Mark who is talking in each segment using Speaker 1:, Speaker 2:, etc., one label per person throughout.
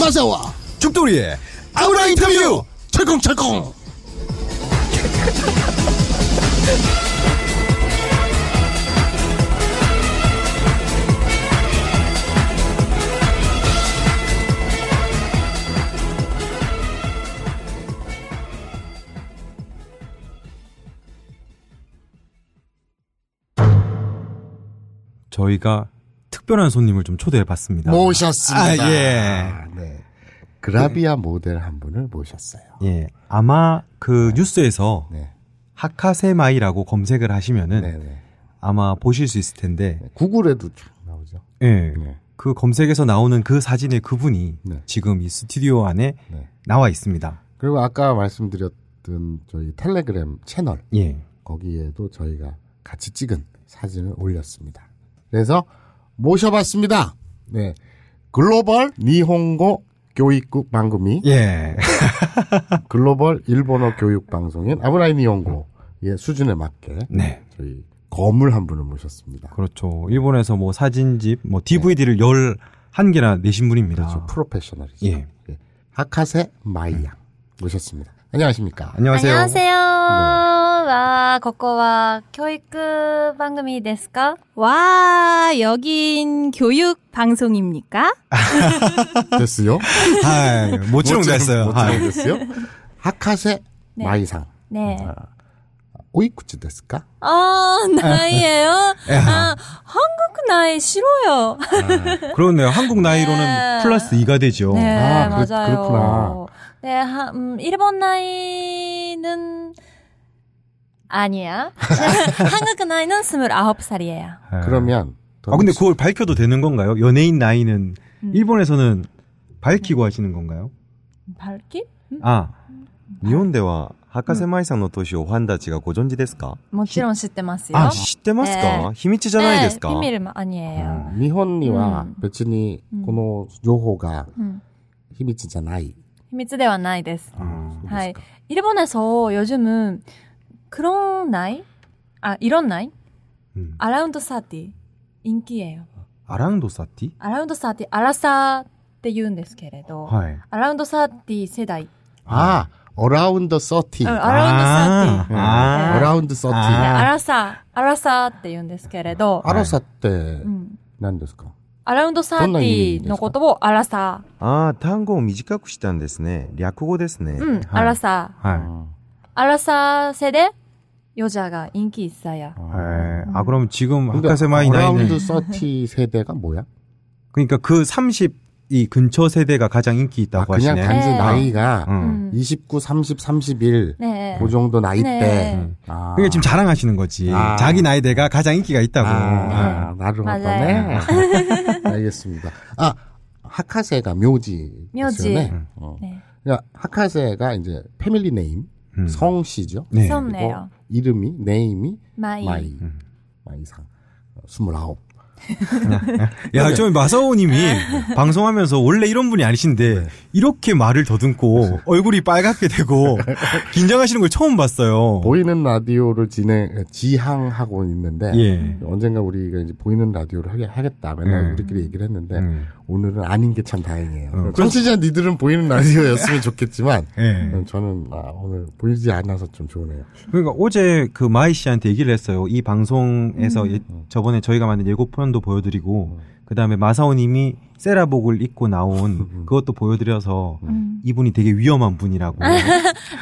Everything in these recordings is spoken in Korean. Speaker 1: 마사와
Speaker 2: 죽돌이의 아우라 인터뷰!
Speaker 1: 철컹철컹
Speaker 3: 저희가 특별한 손님을 좀 초대해 봤습니다.
Speaker 1: 모셨습니다.
Speaker 2: 아, 예.
Speaker 4: 네. 그라비아 모델 한 분을 모셨어요.
Speaker 3: 예. 아마 그 뉴스에서
Speaker 4: 네.
Speaker 3: 하카세마이라고 검색을 하시면은
Speaker 4: 네네. 네.
Speaker 3: 아마 보실 수 있을 텐데
Speaker 4: 구글에도 쭉 나오죠.
Speaker 3: 예.
Speaker 4: 네.
Speaker 3: 그 검색에서 나오는 그 사진의 그분이
Speaker 4: 네.
Speaker 3: 지금 이 스튜디오 안에
Speaker 4: 네.
Speaker 3: 나와 있습니다.
Speaker 4: 그리고 아까 말씀드렸던 저희 텔레그램 채널
Speaker 3: 예.
Speaker 4: 거기에도 저희가 같이 찍은 사진을 올렸습니다. 그래서
Speaker 1: 모셔봤습니다.
Speaker 4: 네. 글로벌 니홍고 교육국 방금이
Speaker 3: 예.
Speaker 4: 글로벌 일본어 교육 방송인 아브라이 니홍고의 수준에 맞게
Speaker 3: 네.
Speaker 4: 저희 거물 한 분을 모셨습니다.
Speaker 3: 그렇죠. 일본에서 뭐 사진집, 뭐 DVD를 열 한개나 내신 분입니다.
Speaker 4: 그렇죠. 프로페셔널이죠.
Speaker 3: 예. 음.
Speaker 4: 예. 하카세 마이양 모셨습니다. 안녕하십니까?
Speaker 3: 안녕하세요.
Speaker 4: 네.
Speaker 5: わー、ここは教育番組ですか
Speaker 6: 와, 여긴 교육 방송입니까?
Speaker 4: 됐어요?
Speaker 3: 하이, 모처럼 됐어요. 아. 하이.
Speaker 4: 모찌롱 됐어요? 뭐 하카세
Speaker 5: 네.
Speaker 4: 마이상. 아,
Speaker 5: ねえ。
Speaker 4: 오이쿠츠 데스까?
Speaker 5: 아, 나이에요?
Speaker 4: 네.
Speaker 5: 아, 한국 나이 싫어요.
Speaker 3: 그렇네요. 한국 나이로는
Speaker 5: 네.
Speaker 3: 플러스 2가 되죠.
Speaker 5: 네,
Speaker 4: 아, 그-
Speaker 5: 맞아요.
Speaker 4: 그렇구나.
Speaker 5: 네, 하, 음, 일본 나이는 아니야. 한국 나이는 29살이에요.
Speaker 3: 예.
Speaker 4: 그러면
Speaker 3: 아 근데 그걸 밝혀도 되는 건가요? 연예인 나이는
Speaker 5: 음.
Speaker 3: 일본에서는 밝히고 하시는 건가요? 아.
Speaker 5: 밝기?
Speaker 3: あ
Speaker 7: 日本では博士
Speaker 3: 음.
Speaker 7: 舞さんの年をファンたちがご存知ですか
Speaker 5: 물론 知ってますよ.
Speaker 4: 아,
Speaker 3: 아,
Speaker 7: あ、知ってますか秘密じゃないですか
Speaker 5: 네. 비밀은
Speaker 4: 어.
Speaker 5: 아니에요.
Speaker 4: 니혼니와
Speaker 5: 음.
Speaker 4: 베츠니
Speaker 5: 음.
Speaker 4: 고노 요호가
Speaker 5: 음.
Speaker 4: 힘이 진짜 나이. 음.
Speaker 5: 秘密ではないです.
Speaker 3: 아,
Speaker 5: 하이.
Speaker 4: 그랬을까?
Speaker 5: 일본에서 요즘은 그런 나이? 아, 이런 나이?
Speaker 3: 음.
Speaker 5: 아라운드 사티 인기예요.
Speaker 3: アラウンドサティ
Speaker 5: 아라운드 사티, 아라사 때言うんですけれど
Speaker 3: はい。
Speaker 5: 아라운드 사티 세대.
Speaker 4: 아, 어라운드 서티.
Speaker 5: 어, 아라운드
Speaker 4: 네.
Speaker 5: 사티.
Speaker 3: あ
Speaker 4: 어라운드 서티.
Speaker 5: 네,
Speaker 3: 아.
Speaker 5: 아라사, 아라사 때言うんですけれど.
Speaker 4: 아로사 때
Speaker 5: 음.
Speaker 4: 난데스까?
Speaker 5: 아라운드 사티 のことを 아라사.
Speaker 7: ああ、単語を短くしたんですね。略語ですね。
Speaker 5: 음, 아라사.
Speaker 3: あ。はい。
Speaker 4: 어.
Speaker 5: 아라사 세대 여자가 인기 있어요.
Speaker 3: 예. 아 그럼 지금
Speaker 4: 근데 아,
Speaker 3: 학과세 마이
Speaker 4: 어라운드
Speaker 3: 나이는
Speaker 4: 서티 세대가 뭐야?
Speaker 3: 그러니까 그 30 이 근처 세대가 가장 인기
Speaker 4: 아,
Speaker 3: 있다고
Speaker 4: 그냥
Speaker 3: 하시네.
Speaker 4: 단지
Speaker 5: 네.
Speaker 4: 나이가
Speaker 3: 음.
Speaker 5: 음.
Speaker 4: 29, 30, 31.
Speaker 5: 네.
Speaker 4: 그 정도 나이
Speaker 5: 네.
Speaker 4: 때.
Speaker 5: 음.
Speaker 4: 아.
Speaker 3: 그러니까 지금 자랑하시는 거지.
Speaker 4: 아.
Speaker 3: 자기 나이대가 가장 인기가 있다고.
Speaker 4: 아,
Speaker 3: 아.
Speaker 4: 나름
Speaker 5: 맞아요.
Speaker 4: 어떠네. 알겠습니다. 아, 하카세가 묘지.
Speaker 5: 묘지.
Speaker 4: 묘지.
Speaker 3: 음.
Speaker 4: 어.
Speaker 5: 네.
Speaker 4: 그러니까 하카세가 이제 패밀리 네임,
Speaker 3: 음.
Speaker 4: 성씨죠.
Speaker 3: 네.
Speaker 4: 그리고
Speaker 5: 썸네요.
Speaker 4: 이름이, 네임이
Speaker 5: 마이.
Speaker 4: 마이.
Speaker 3: 음.
Speaker 4: 마이상. 어, 29.
Speaker 3: 야, 좀 마사오님이 방송하면서 원래 이런 분이 아니신데 이렇게 말을 더듬고 얼굴이 빨갛게 되고 긴장하시는 걸 처음 봤어요.
Speaker 4: 보이는 라디오를 진행, 지향하고 있는데.
Speaker 3: 예.
Speaker 4: 네. 언젠가 우리가 이제 보이는 라디오를 하게 하겠다. 맨날
Speaker 3: 음.
Speaker 4: 우리끼리 얘기를 했는데.
Speaker 3: 음.
Speaker 4: 오늘은 아닌 게 참 다행이에요.
Speaker 3: 어,
Speaker 4: 청취자 니들은 보이는 라디오였으면 좋겠지만.
Speaker 3: 예.
Speaker 4: 음, 저는 아, 오늘 보이지 않아서 좀 좋네요.
Speaker 3: 그러니까 어제 그 마이 씨한테 얘기를 했어요. 이 방송에서 예- 저번에 저희가 만든 예고편도 보여드리고 그다음에 마사오님이 세라복을 입고 나온 그것도 보여드려서 이분이 되게 위험한 분이라고.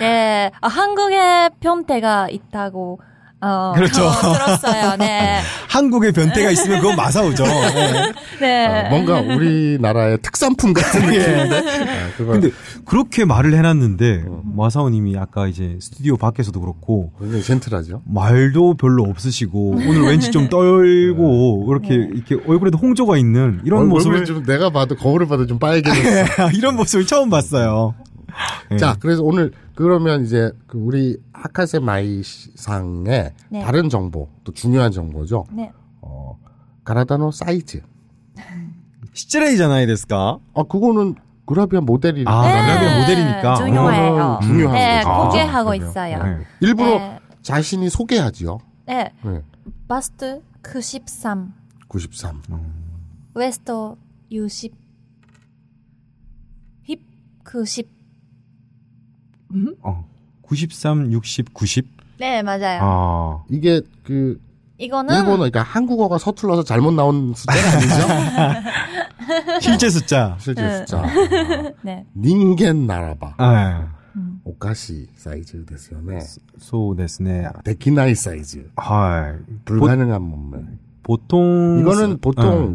Speaker 5: 네, 아, 한국에 변태가 있다고 어,
Speaker 3: 그렇죠.
Speaker 5: 어, 들었어요. 네,
Speaker 3: 한국에 변태가 있으면 그건 마사오죠. 예.
Speaker 5: 네.
Speaker 4: 아, 뭔가 우리나라의 특산품 같은 느낌인데. 아, 그걸
Speaker 3: 근데 그렇게 말을 해놨는데
Speaker 4: 어.
Speaker 3: 마사오님이 아까 이제 스튜디오 밖에서도 그렇고
Speaker 4: 굉장히 젠틀하죠.
Speaker 3: 말도 별로 없으시고 오늘 왠지 좀 떨고
Speaker 5: 어.
Speaker 3: 그렇게 이렇게 얼굴에도 홍조가 있는 이런
Speaker 4: 네. 얼굴이
Speaker 3: 모습을 아,
Speaker 4: 좀 내가 봐도 거울을 봐도 좀 빨개졌어.
Speaker 3: 이런 모습을 처음 봤어요. 예.
Speaker 4: 자, 그래서 오늘 그러면 이제 그 우리 하카세 마이상의
Speaker 5: 네.
Speaker 4: 다른 정보, 또 중요한 정보죠.
Speaker 5: 네.
Speaker 4: 어, 가라다노 사이즈.
Speaker 3: 시즈레이잖아요, 데스까?
Speaker 4: 아, 그거는 그라비아 모델이
Speaker 3: 아,
Speaker 5: 네.
Speaker 3: 남자가 모델이니까.
Speaker 5: 중요해요.
Speaker 4: 음, 중요한
Speaker 5: 네,
Speaker 4: 거죠.
Speaker 5: 공개하고
Speaker 4: 아, 그래요?
Speaker 5: 있어요.
Speaker 3: 네.
Speaker 4: 일부러
Speaker 5: 네,
Speaker 4: 자신이 소개하지요.
Speaker 5: 네,
Speaker 4: 네.
Speaker 5: 바스트 93,
Speaker 4: 93.
Speaker 5: 웨스트 60, 90.
Speaker 3: 어. 93, 60, 90.
Speaker 5: 네, 맞아요.
Speaker 3: 아.
Speaker 4: 이게 그
Speaker 5: 이거는
Speaker 4: 일본어 그러니까 한국어가 서툴러서 잘못 나온 숫자가 아니죠?
Speaker 3: 실제 숫자.
Speaker 4: 실제
Speaker 5: 네.
Speaker 4: 숫자.
Speaker 5: 네.
Speaker 4: 닌겐 나라바.
Speaker 3: 아.
Speaker 5: 음.
Speaker 4: 오카시 사이즈 ですよね.
Speaker 3: そうですね.
Speaker 4: 데키나이 사이즈.
Speaker 3: はい。
Speaker 4: 불가능한 몸매.
Speaker 3: 보통
Speaker 4: 아. 이거는 보통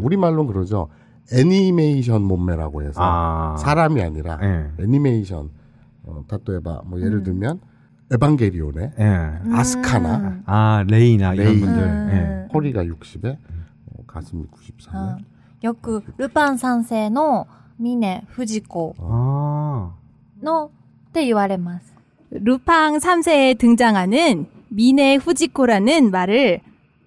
Speaker 3: 응.
Speaker 4: 우리말로 그러죠. 애니메이션 몸매라고 해서
Speaker 3: 아.
Speaker 4: 사람이 아니라
Speaker 3: 예.
Speaker 4: 애니메이션 어, 타토에바 뭐
Speaker 5: 음.
Speaker 4: 예를 들면 에반게리온의
Speaker 3: 예.
Speaker 4: 아스카나
Speaker 3: 아, 레이나
Speaker 4: 레이.
Speaker 3: 이런 분들. 예.
Speaker 5: 음.
Speaker 4: 허리가 60에 어, 가슴이 93에
Speaker 5: あよく、ルパン三世のミネ・フジコ
Speaker 3: 예. 아.
Speaker 4: 어.
Speaker 5: のって言われます。
Speaker 6: 음. 루팡 3세에 등장하는 미네 후지코라는 말을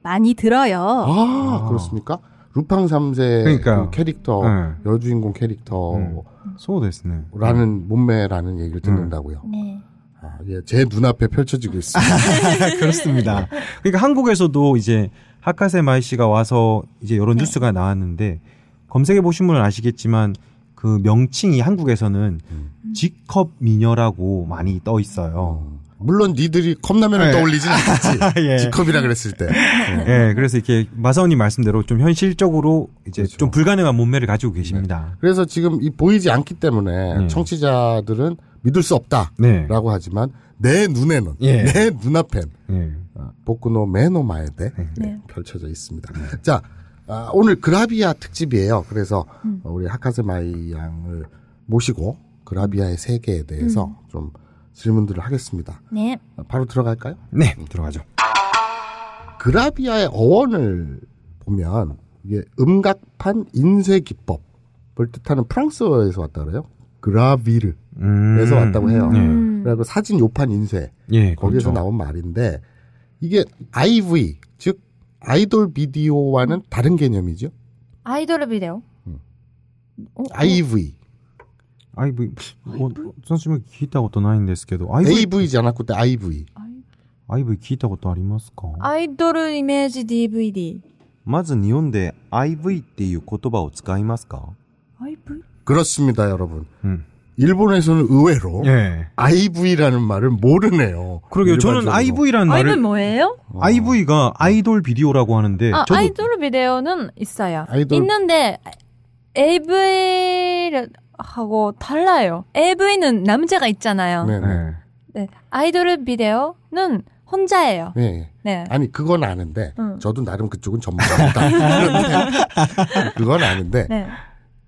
Speaker 6: 많이 들어요.
Speaker 4: 아,
Speaker 3: 아.
Speaker 4: 그렇습니까? 루팡 3세
Speaker 3: 그러니까요.
Speaker 4: 그 캐릭터
Speaker 3: 예.
Speaker 4: 여주인공 캐릭터라는
Speaker 3: そうですね.
Speaker 4: 몸매라는 얘기를 듣는다고요.
Speaker 3: 네.
Speaker 5: ね
Speaker 4: 아, 예, 제 눈앞에 펼쳐지고 있습니다.
Speaker 3: 그렇습니다. 그러니까 한국에서도 이제 하카세 마이 씨가 와서 이제 여러 뉴스가 나왔는데 검색해 보신 분은 아시겠지만 그 명칭이 한국에서는
Speaker 4: 음.
Speaker 3: 직컵 미녀라고 많이 떠 있어요.
Speaker 4: 물론 니들이 컵라면을
Speaker 3: 예.
Speaker 4: 떠올리진 않겠지.
Speaker 3: 예.
Speaker 4: 지컵이라 그랬을 때. 예.
Speaker 3: 예, 그래서 이렇게 마사오님 말씀대로 좀 현실적으로 이제
Speaker 4: 그렇죠.
Speaker 3: 좀 불가능한 몸매를 가지고 계십니다.
Speaker 4: 그래서 지금 이 보이지 않기 때문에
Speaker 3: 네.
Speaker 4: 청취자들은 믿을 수 없다라고
Speaker 3: 네.
Speaker 4: 하지만 내 눈에는
Speaker 3: 예.
Speaker 4: 내 눈앞엔
Speaker 3: 예.
Speaker 4: 복구노 메노마에데
Speaker 5: 네.
Speaker 4: 펼쳐져 있습니다. 자 아, 오늘 그라비아 특집이에요. 그래서 어, 우리 하카세마이 양을 모시고 그라비아의 세계에 대해서 좀 질문들을 하겠습니다.
Speaker 5: え。ね
Speaker 4: 아, 바로 음. 들어갈까요?
Speaker 3: 네, 들어가죠.
Speaker 4: 그라비아의 어원을 보면 이게 음각판 인쇄 기법을 뜻하는 프랑스어에서 왔다 그래요. 그라비르
Speaker 3: 음.
Speaker 4: 그래서 왔다고 해요.
Speaker 3: 예.
Speaker 4: 그리고 사진 요판 인쇄
Speaker 3: 예,
Speaker 4: 거기에서
Speaker 3: 그렇죠.
Speaker 4: 나온 말인데 이게 IV 즉 아이돌 비디오와는 다른 개념이죠.
Speaker 5: アイドルビデオ
Speaker 4: IV
Speaker 3: 아이브, 어, 선생님, 기타 것도 나인 ですけど, 아이브,
Speaker 4: AV 지 않았고 때 IV
Speaker 3: 아이브 기타 것도 ありますか?
Speaker 5: アイドルイメージ DVD。
Speaker 7: まず日本で IV っていう言葉を使いますか
Speaker 4: 그렇습니다, 여러분.
Speaker 3: 음.
Speaker 4: 일본에서는 의외로
Speaker 3: 예.
Speaker 4: IV라는 말을 모르네요.
Speaker 3: 그러니요 저는
Speaker 4: 일반적으로. 어.
Speaker 3: IV라는
Speaker 6: 아이는
Speaker 3: 음, 말을
Speaker 6: 뭐예요?
Speaker 3: IV가 아이돌 비디오라고 하는데
Speaker 5: 아,
Speaker 3: 저도
Speaker 5: 아이돌 비디오는 있어요.
Speaker 4: 아이돌-
Speaker 5: 있는데 AV하고 달라요. AV는 남자가 있잖아요. 네.
Speaker 4: 네, 네.
Speaker 5: 아이돌 비디오는 혼자예요.
Speaker 4: 예, 예.
Speaker 5: 네.
Speaker 4: 아니 그건 아는데
Speaker 5: 음.
Speaker 4: 저도 나름 그쪽은 전문가다. 그런데 그건 아는데
Speaker 5: 네.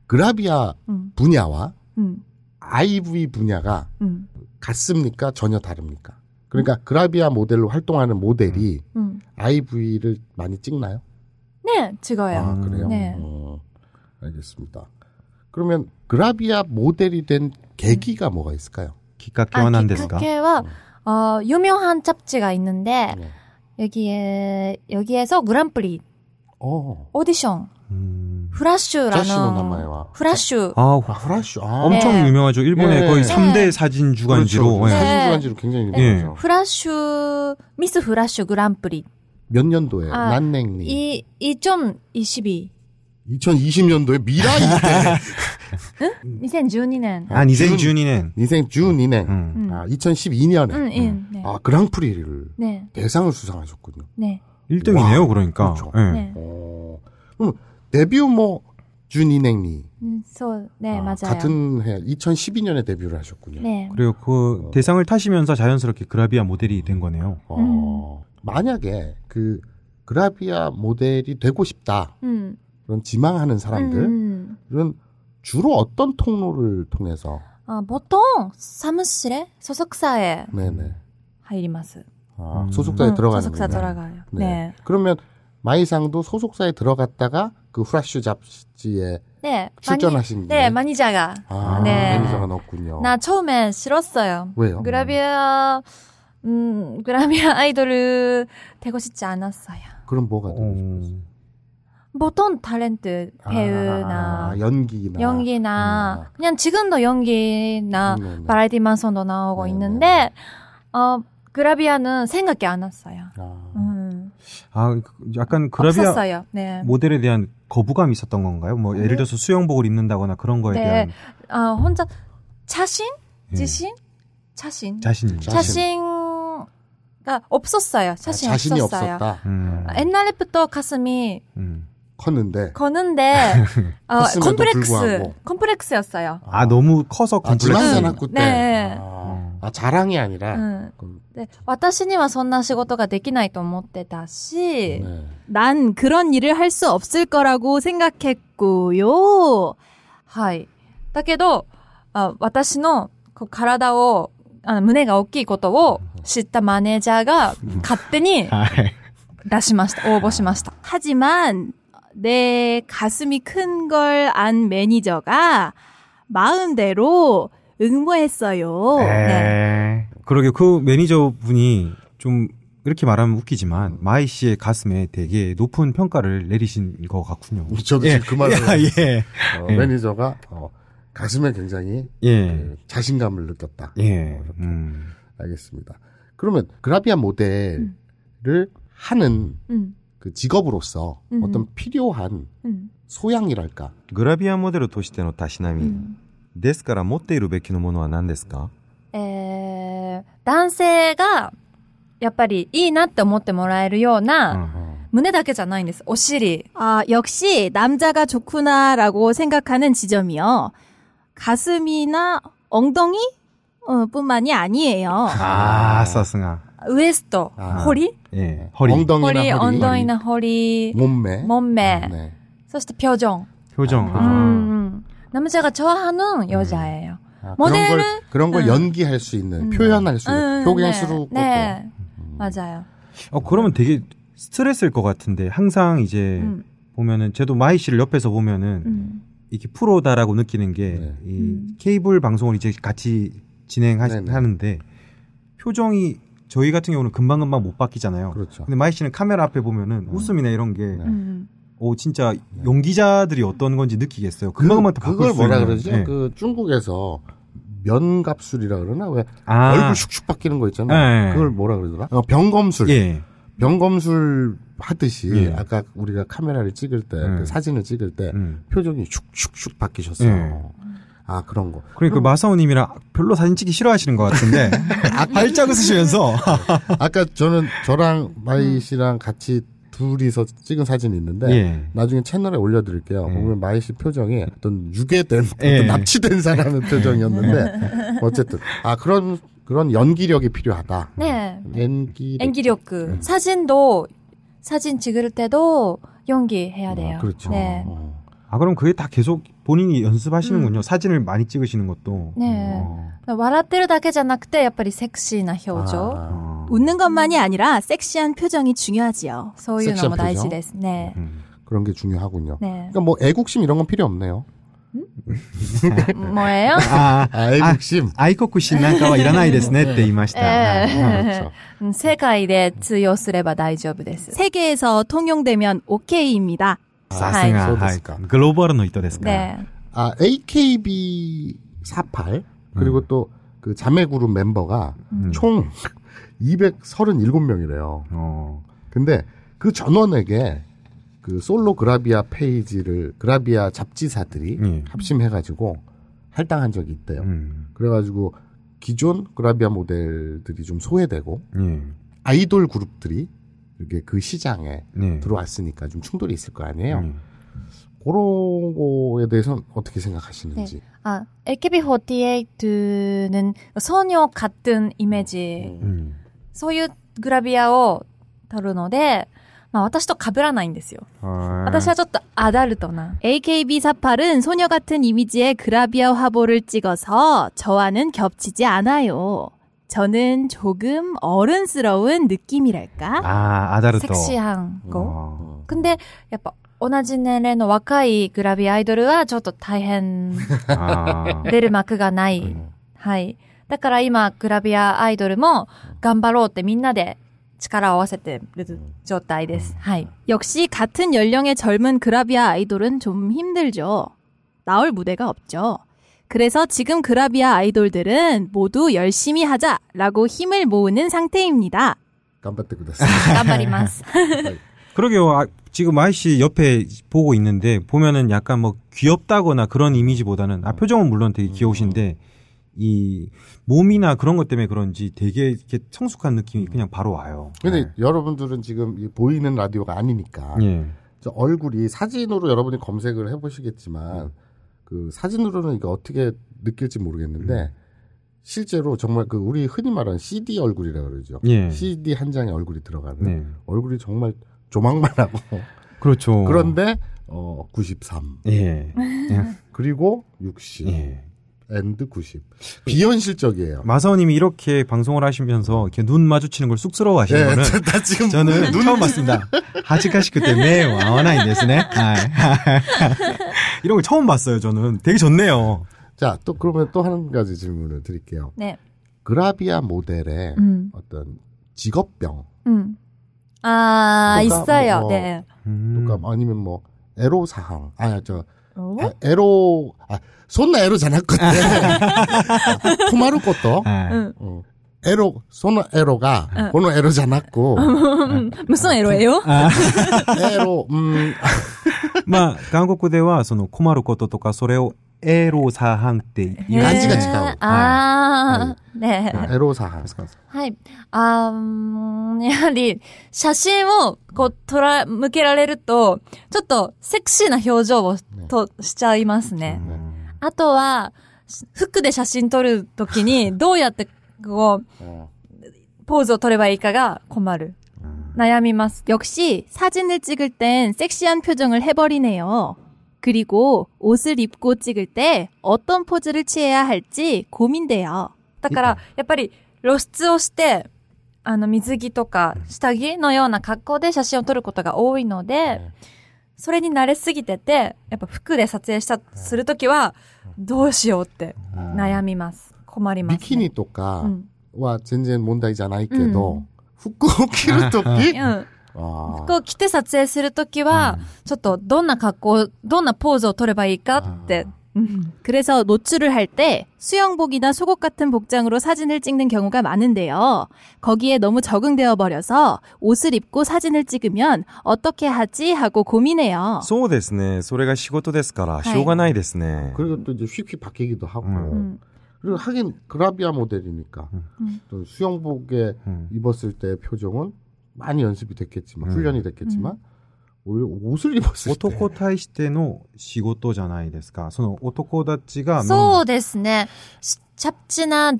Speaker 4: 그라비아
Speaker 5: 음.
Speaker 4: 분야와
Speaker 5: 음.
Speaker 4: IV 분야가
Speaker 5: 음.
Speaker 4: 같습니까? 전혀 다릅니까? 그러니까 그라비아 모델로 활동하는 모델이
Speaker 5: 음.
Speaker 4: IV를 많이 찍나요?
Speaker 5: 네, 찍어요.
Speaker 4: 아, 그래요?
Speaker 5: 네.
Speaker 4: 어, 알겠습니다. 그러면 그라비아 모델이 된 계기가
Speaker 5: 음.
Speaker 4: 뭐가 있을까요?
Speaker 3: 기카케와 난데스가
Speaker 5: 아, 기카케와 어, 유명한 잡지가 있는데
Speaker 4: 네.
Speaker 5: 여기에 여기에서 그랑프리
Speaker 4: 어,
Speaker 5: 오디션
Speaker 3: 음.
Speaker 4: 자신의
Speaker 5: 후라슈라는
Speaker 4: 남아와
Speaker 5: 후라슈
Speaker 3: 아,
Speaker 4: 아, 후라슈. 아,
Speaker 3: 엄청
Speaker 5: 네.
Speaker 3: 유명하죠. 일본의
Speaker 4: 네.
Speaker 3: 거의
Speaker 4: 네.
Speaker 3: 3대 사진 주간지로
Speaker 4: 그렇죠.
Speaker 3: 예.
Speaker 5: 네.
Speaker 4: 사진 주간지로 굉장히
Speaker 3: 예.
Speaker 4: 유명하죠.
Speaker 5: 후라슈 미스 후라슈 그랑프리
Speaker 4: 몇 년도에
Speaker 5: 아,
Speaker 4: 난냉님
Speaker 5: 이2022
Speaker 4: 2020년도에 미라 이때 음.
Speaker 5: 2012년.
Speaker 3: 아, 니생
Speaker 4: 준-
Speaker 3: 준이는
Speaker 4: 인생 준 인행
Speaker 3: 음.
Speaker 5: 음.
Speaker 4: 아, 2012년에
Speaker 5: 응, 응. 네.
Speaker 4: 아 그랑프리를
Speaker 5: 네.
Speaker 4: 대상을 수상하셨군요.
Speaker 5: 네.
Speaker 3: 1등이네요, 그러니까.
Speaker 4: 그렇죠.
Speaker 3: 예.
Speaker 5: 네.
Speaker 4: 어, 그럼 데뷔 뭐준인행리
Speaker 5: 음, so, 네, 맞아요.
Speaker 4: 같은 해 2012년에 데뷔를 하셨군요.
Speaker 5: 네.
Speaker 3: 그리고 그 대상을 타시면서 자연스럽게 그라비아 모델이 된 거네요.
Speaker 4: 어,
Speaker 5: 음.
Speaker 4: 만약에 그 그라비아 모델이 되고 싶다
Speaker 5: 음.
Speaker 4: 그런 지망하는 사람들은
Speaker 5: 음.
Speaker 4: 주로 어떤 통로를 통해서
Speaker 5: 아, 보통 사무실에 소속사에
Speaker 4: 네네
Speaker 5: 入ります.
Speaker 4: 아,
Speaker 3: 음.
Speaker 4: 소속사에
Speaker 5: 응,
Speaker 4: 들어가는
Speaker 5: 소속사
Speaker 4: 거예요?
Speaker 5: 들어가요.
Speaker 4: 네.
Speaker 5: 네.
Speaker 4: 그러면 마이상도 소속사에 들어갔다가 그 후라슈 잡지에
Speaker 5: 네. 마니,
Speaker 4: 출전하신
Speaker 5: 네,
Speaker 4: 거예요?
Speaker 5: 마니자가.
Speaker 4: 아,
Speaker 5: 네.
Speaker 4: 매니저가 넣었군요.
Speaker 5: 나 처음에 싫었어요.
Speaker 4: 왜요?
Speaker 5: 그라비아 음, 그라비아 아이돌 되고 싶지 않았어요.
Speaker 4: 그럼 뭐가 되고
Speaker 3: 어.
Speaker 4: 싶었어요?
Speaker 5: 보통 탤런트 배우나
Speaker 4: 아, 연기나
Speaker 5: 연기나
Speaker 4: 아.
Speaker 5: 그냥 지금도 연기나
Speaker 4: 네, 네.
Speaker 5: 바라이티 만선도 나오고
Speaker 4: 네,
Speaker 5: 있는데 어 그라비아는 생각이 안 왔어요.
Speaker 4: 아.
Speaker 5: 음,
Speaker 3: 아, 그- 약간 그라비아
Speaker 5: 없었어요. 네.
Speaker 3: 모델에 대한 뭐 거부감이 있었던 건가요? 뭐 예를 들어서 수영복을 입는다거나 그런 거에
Speaker 5: 네.
Speaker 3: 대한
Speaker 5: 아 혼자 자신?
Speaker 3: 예.
Speaker 5: 지신? 자신.
Speaker 3: 자신.
Speaker 5: 자신. 가 없었어요. 자신
Speaker 4: 아, 자신이
Speaker 5: 없었어요.
Speaker 4: 없었다.
Speaker 3: 음.
Speaker 5: 옛날부터 가슴이
Speaker 3: 음.
Speaker 4: 컸는데
Speaker 5: 거는데 어,
Speaker 4: 컸음에도
Speaker 5: 컴플렉스
Speaker 4: 불구하고.
Speaker 5: 컴플렉스였어요.
Speaker 3: 아 너무 커서
Speaker 4: 아,
Speaker 3: 컴플렉스.
Speaker 4: 지만 않았고 때.
Speaker 5: 네. 음.
Speaker 4: 아, 아, 자랑이 아니라.
Speaker 5: うん、で私にはそんな仕事ができないと思ってたし、
Speaker 4: 네.
Speaker 6: 난 그런 일을 할 수 없을 거라고 생각했고요.
Speaker 5: はい。だけど、あ私のこう体を、あの胸が大きいことを
Speaker 4: 음.
Speaker 5: 知ったマネージャーが勝手に
Speaker 3: はい
Speaker 5: 出しました。応募しました。
Speaker 6: 하지만 내 가슴이 큰 걸 안 매니저가 마음대로 응모했어요.
Speaker 3: 네. 그러게 그 매니저 분이 좀 이렇게 말하면 웃기지만 마이 씨의 가슴에 되게 높은 평가를 내리신 것 같군요.
Speaker 4: 저도 지금 그 말을
Speaker 3: 야, 예.
Speaker 4: 어,
Speaker 3: 예.
Speaker 4: 매니저가 어, 가슴에 굉장히
Speaker 3: 예.
Speaker 4: 그 자신감을 느꼈다.
Speaker 3: 예.
Speaker 4: 어,
Speaker 3: 음.
Speaker 4: 알겠습니다. 그러면 그라비아 모델을 하는
Speaker 6: 음,
Speaker 5: うん。
Speaker 4: 그 직업으로서
Speaker 5: 음.
Speaker 4: 어떤 필요한
Speaker 5: うん。
Speaker 4: 소양이랄까.
Speaker 7: グラビアモデルとしてのたしなみ、
Speaker 5: 음.
Speaker 6: 음.
Speaker 7: ですから持っているべきのものは何ですか
Speaker 5: えー、男性が、やっぱりいいなって思ってもらえるような、
Speaker 4: 어.
Speaker 5: 胸だけじゃないんです。お尻。
Speaker 6: 아, 역시 남자가 좋구나라고 생각하는 지점이요. 가슴이나 엉덩이 어, 뿐만이 아니에요.
Speaker 3: 아, 사승아.
Speaker 5: ウエスト。
Speaker 4: あ
Speaker 5: 掘り
Speaker 3: 예. 허리.
Speaker 5: 허리,
Speaker 4: 어, 엉덩이나 허리, 뭐?
Speaker 5: 엉덩이나 허리,
Speaker 4: 몸매.
Speaker 5: 몸매,
Speaker 4: 네.
Speaker 5: 그そして 표정.
Speaker 3: 표정.
Speaker 5: 음,
Speaker 3: 아.
Speaker 5: 음. 남자가
Speaker 4: 음.
Speaker 5: 좋아하는 여자예요.
Speaker 4: 아, 그런 걸
Speaker 5: 모델은
Speaker 4: 그런 걸
Speaker 5: 음.
Speaker 4: 연기할 수 있는
Speaker 5: 음.
Speaker 4: 표현할 수 있는
Speaker 5: 음,
Speaker 4: 표현수로
Speaker 5: 네, 네. 맞아요.
Speaker 3: 어, 그러면 되게 스트레스일 것 같은데 항상
Speaker 4: 네.
Speaker 3: 이제
Speaker 5: 음.
Speaker 3: 보면은 저도 마이 씨를 옆에서 보면은
Speaker 5: 음.
Speaker 3: 이게 프로다라고 느끼는 게
Speaker 4: 네.
Speaker 3: 이
Speaker 5: 음.
Speaker 3: 케이블 방송을 이제 같이
Speaker 4: 네네.
Speaker 3: 진행하는데 표정이 저희 같은 경우는 금방금방 못 바뀌잖아요.
Speaker 4: 그렇죠.
Speaker 3: 근데 마이 씨는 카메라 앞에 보면은
Speaker 4: 음.
Speaker 3: 웃음이나 이런 게
Speaker 4: 네.
Speaker 5: 음.
Speaker 3: 오, 진짜 연기자들이 어떤 건지 느끼겠어요. 금방금방 또 바꿀
Speaker 4: 그걸
Speaker 3: 수
Speaker 4: 뭐라
Speaker 3: 있는.
Speaker 4: 그러지?
Speaker 3: 예.
Speaker 4: 그 중국에서 면갑술이라 그러나 왜
Speaker 3: 아,
Speaker 4: 얼굴 슉슉 바뀌는 거 있잖아요.
Speaker 3: 예.
Speaker 4: 그걸 뭐라 그러더라? 어, 병검술.
Speaker 3: 예.
Speaker 4: 병검술 하듯이
Speaker 3: 예.
Speaker 4: 아까 우리가 카메라를 찍을 때,
Speaker 3: 예.
Speaker 4: 그 사진을 찍을 때
Speaker 3: 음.
Speaker 4: 표정이 슉슉슉 바뀌셨어요.
Speaker 3: 예.
Speaker 4: 아 그런 거.
Speaker 3: 그러니까 마사오님이랑 별로 사진 찍기 싫어하시는 것 같은데 아, 발짝 웃으시면서
Speaker 4: 아까 저는 저랑 마이 씨랑 같이 둘이서 찍은 사진이 있는데
Speaker 3: 예.
Speaker 4: 나중에 채널에 올려드릴게요.
Speaker 3: 예.
Speaker 4: 보면 마이 씨 표정이 어떤 유괴된, 어떤
Speaker 3: 예.
Speaker 4: 납치된 사람의 표정이었는데 어쨌든 아 그런 그런 연기력이 필요하다.
Speaker 5: 네,
Speaker 4: 연기
Speaker 5: 연기력.
Speaker 4: 네.
Speaker 5: 사진도 사진 찍을 때도 연기해야 돼요.
Speaker 4: 그렇죠.
Speaker 5: 네.
Speaker 4: 어.
Speaker 3: 아 그럼 그게 다 계속 본인이 연습하시는군요. 사진을 많이 찍으시는 것도.
Speaker 5: 네.
Speaker 3: 어.
Speaker 5: 笑ってるだけじゃなくて、やっぱりセクシーな表情。
Speaker 4: 아,
Speaker 3: 어.
Speaker 6: 웃는 것만이 아니라 섹시한 표정이 중요하지요.
Speaker 5: そういうのも大
Speaker 4: セクシーな表情
Speaker 5: 事ですね。
Speaker 3: 음.
Speaker 4: 그런 게 중요하군요.
Speaker 5: 네.
Speaker 4: 그러니까 뭐 애국심 이런 건 필요 없네요. 그러니까
Speaker 5: 뭐예요?
Speaker 3: 아,
Speaker 4: 아, 애국심.
Speaker 3: 愛国心なん かはいらないですねって言いました。 네.
Speaker 5: え
Speaker 4: 그렇죠.
Speaker 5: うん世界で通用すれば大丈夫です。
Speaker 6: 세계에서 통용되면 오케이입니다.
Speaker 3: さすが、
Speaker 4: そうで
Speaker 3: はい
Speaker 4: すか。
Speaker 3: グローバルの人ですから。
Speaker 5: ね
Speaker 4: 아, AKB 48 그리고 또 그 자매그룹 멤버가
Speaker 3: 음.
Speaker 4: 총 237명이래요.
Speaker 3: 어.
Speaker 4: 근데 그 전원에게 그 솔로 그라비아 페이지를 그라비아 잡지사들이
Speaker 3: 예.
Speaker 4: 합심해가지고 할당한 적이 있대요.
Speaker 3: 음.
Speaker 4: 그래가지고 기존 그라비아 모델들이 좀 소외되고
Speaker 3: 예.
Speaker 4: 아이돌 그룹들이 이렇게 그 시장에
Speaker 3: 네.
Speaker 4: 들어왔으니까 좀 충돌이 있을 거 아니에요.
Speaker 3: 음.
Speaker 4: 그런 거에 대해서는 어떻게 생각하시는지.
Speaker 5: あ、AKB48는 아, 소녀 같은 이미지,
Speaker 3: 음.
Speaker 5: そういうグラビアを撮るので、まあ私と被らないんですよ。
Speaker 3: 아.
Speaker 5: 私はちょっとアダルトな。
Speaker 6: AKB48은 소녀 같은 이미지의 그라비아 화보를 찍어서 저와는 겹치지 않아요. 저는 조금 어른스러운 느낌이랄까?
Speaker 3: 아, 아다르토.
Speaker 5: セクシー犯子。
Speaker 3: 어.
Speaker 5: 근데, やっぱ同じ年齢の若いグラビアアイドルはちょっと大変、
Speaker 3: 아.
Speaker 5: 出る幕がない。はい。だから今、グラビアアイドル
Speaker 6: 뭐
Speaker 5: も頑張ろうってみんなで力を合わせてる状態です。はい。
Speaker 6: 역시 같은 연령의 젊은 그라비아 아이돌은 좀 힘들죠. 나올 무대가 없죠. 그래서 지금 그라비아 아이돌들은 모두 열심히 하자라고 힘을 모으는 상태입니다.
Speaker 4: 깜빡뜨고 됐어.
Speaker 5: 頑張ります。
Speaker 3: 그러게요. 아, 지금 아이씨 옆에 보고 있는데 보면은 약간 뭐 귀엽다거나 그런 이미지보다는 아 표정은 물론 되게 귀여우신데 이 몸이나 그런 것 때문에 그런지 되게 이렇게 성숙한 느낌이 그냥 바로 와요.
Speaker 4: 근데 여러분들은 지금 이 보이는 라디오가 아니니까
Speaker 3: 네. 예.
Speaker 4: 저 얼굴이 사진으로 여러분이 검색을
Speaker 3: 음.
Speaker 4: 해보시겠지만 그 사진으로는 이게 어떻게 느낄지 모르겠는데
Speaker 3: 음.
Speaker 4: 실제로 정말 그 우리 흔히 말하는 CD 얼굴이라고 그러죠.
Speaker 3: 예.
Speaker 4: CD 한 장의 얼굴이 들어가는
Speaker 3: 네.
Speaker 4: 얼굴이 정말 조망만하고
Speaker 3: 그렇죠.
Speaker 4: 그런데 어 93.
Speaker 3: 예.
Speaker 4: 그리고 60.
Speaker 3: 예. 음,
Speaker 4: 앤드 90. 비현실적이에요.
Speaker 3: 마사오님이 이렇게 방송을 하시면서 이렇게 눈 마주치는 걸 쑥스러워하시는
Speaker 4: 예,
Speaker 3: 거는
Speaker 4: 나 지금
Speaker 3: 저는 처음 봤습니다. 하지카시 그때 매 와와나이 데스네. 아. 이런 거 처음 봤어요. 저는 되게 좋네요.
Speaker 4: 자, 또 그러면 또 한 가지 질문을 드릴게요.
Speaker 5: 네.
Speaker 4: 그라비아 모델의
Speaker 5: 음.
Speaker 4: 어떤 직업병
Speaker 5: 음. 아,
Speaker 4: 누가
Speaker 5: 있어요.
Speaker 4: 뭐-
Speaker 5: 네.
Speaker 3: 음.
Speaker 4: 그러니까 아니면 뭐 에로 사항 아저
Speaker 5: 어?
Speaker 4: 에로 아 손나 에로 잘할 건데 토마루 것도
Speaker 3: 아.
Speaker 5: 음.
Speaker 4: 어, 에로 손나 에로가
Speaker 5: 응.
Speaker 4: 오노 에로 잘났고
Speaker 5: 무슨 에로예요?
Speaker 4: 에로 음
Speaker 3: まあ、韓国では、その、困ることとか、それを、エロサハンって言う。
Speaker 4: 간지가 지가워.
Speaker 5: 아, 네.
Speaker 4: 에로 사항
Speaker 5: はい。あーんやはり、写真を、こう、とら、向けられると、ちょっと、セクシーな表情を、と、しちゃいますね。あとは、し服で写真撮るときに、どうやって、こう、
Speaker 4: 어.
Speaker 5: ポーズを撮ればいいかが困る。悩みます。
Speaker 6: 역시 사진을 찍을 땐 섹시한 표정을 해버리네요. 그리고 옷을 입고 찍을 때 어떤 포즈를 취해야 할지 고민돼요.
Speaker 5: だから、やっぱり露出をして、あの、水着とか、下着のような格好で写真を撮ることが多いので、
Speaker 4: 네.
Speaker 5: それに慣れすぎてて、やっぱ服で撮影した、するときは、どうしようって悩みます。困ります、ね。
Speaker 4: 비키니 。とか
Speaker 5: うん。
Speaker 4: 와 전전 문제이잖아いけど 후쿠 키를 아. 토끼
Speaker 5: うん、
Speaker 3: 아.
Speaker 5: 服を着て撮影するときは、ちょっとどんな格好、どんなポーズを撮ればいいかって、
Speaker 6: 그래서 노출을 할 때 수영복이나 속옷 같은 복장으로 사진을 찍는 경우가 많은데요. 거기에 너무 적응되어 버려서 옷을 입고 사진을 찍으면 어떻게 하지 하고 고민해요.
Speaker 7: そうですね。それが仕事ですから、
Speaker 5: い
Speaker 7: しょうがないですね。
Speaker 4: 그리고 또 이제 쉽게 바뀌기도 하고
Speaker 7: 음.
Speaker 4: 그리고 하긴 그라비아 모델이니까 또 수영복에 입었을 때 표정은 많이 연습이 됐겠지만
Speaker 7: 음.
Speaker 4: 훈련이 됐겠지만 오히려 옷을 입었을 때
Speaker 3: 男対しての仕事じゃないですか。その男たちが、まあ
Speaker 5: そうですね。しチャプチな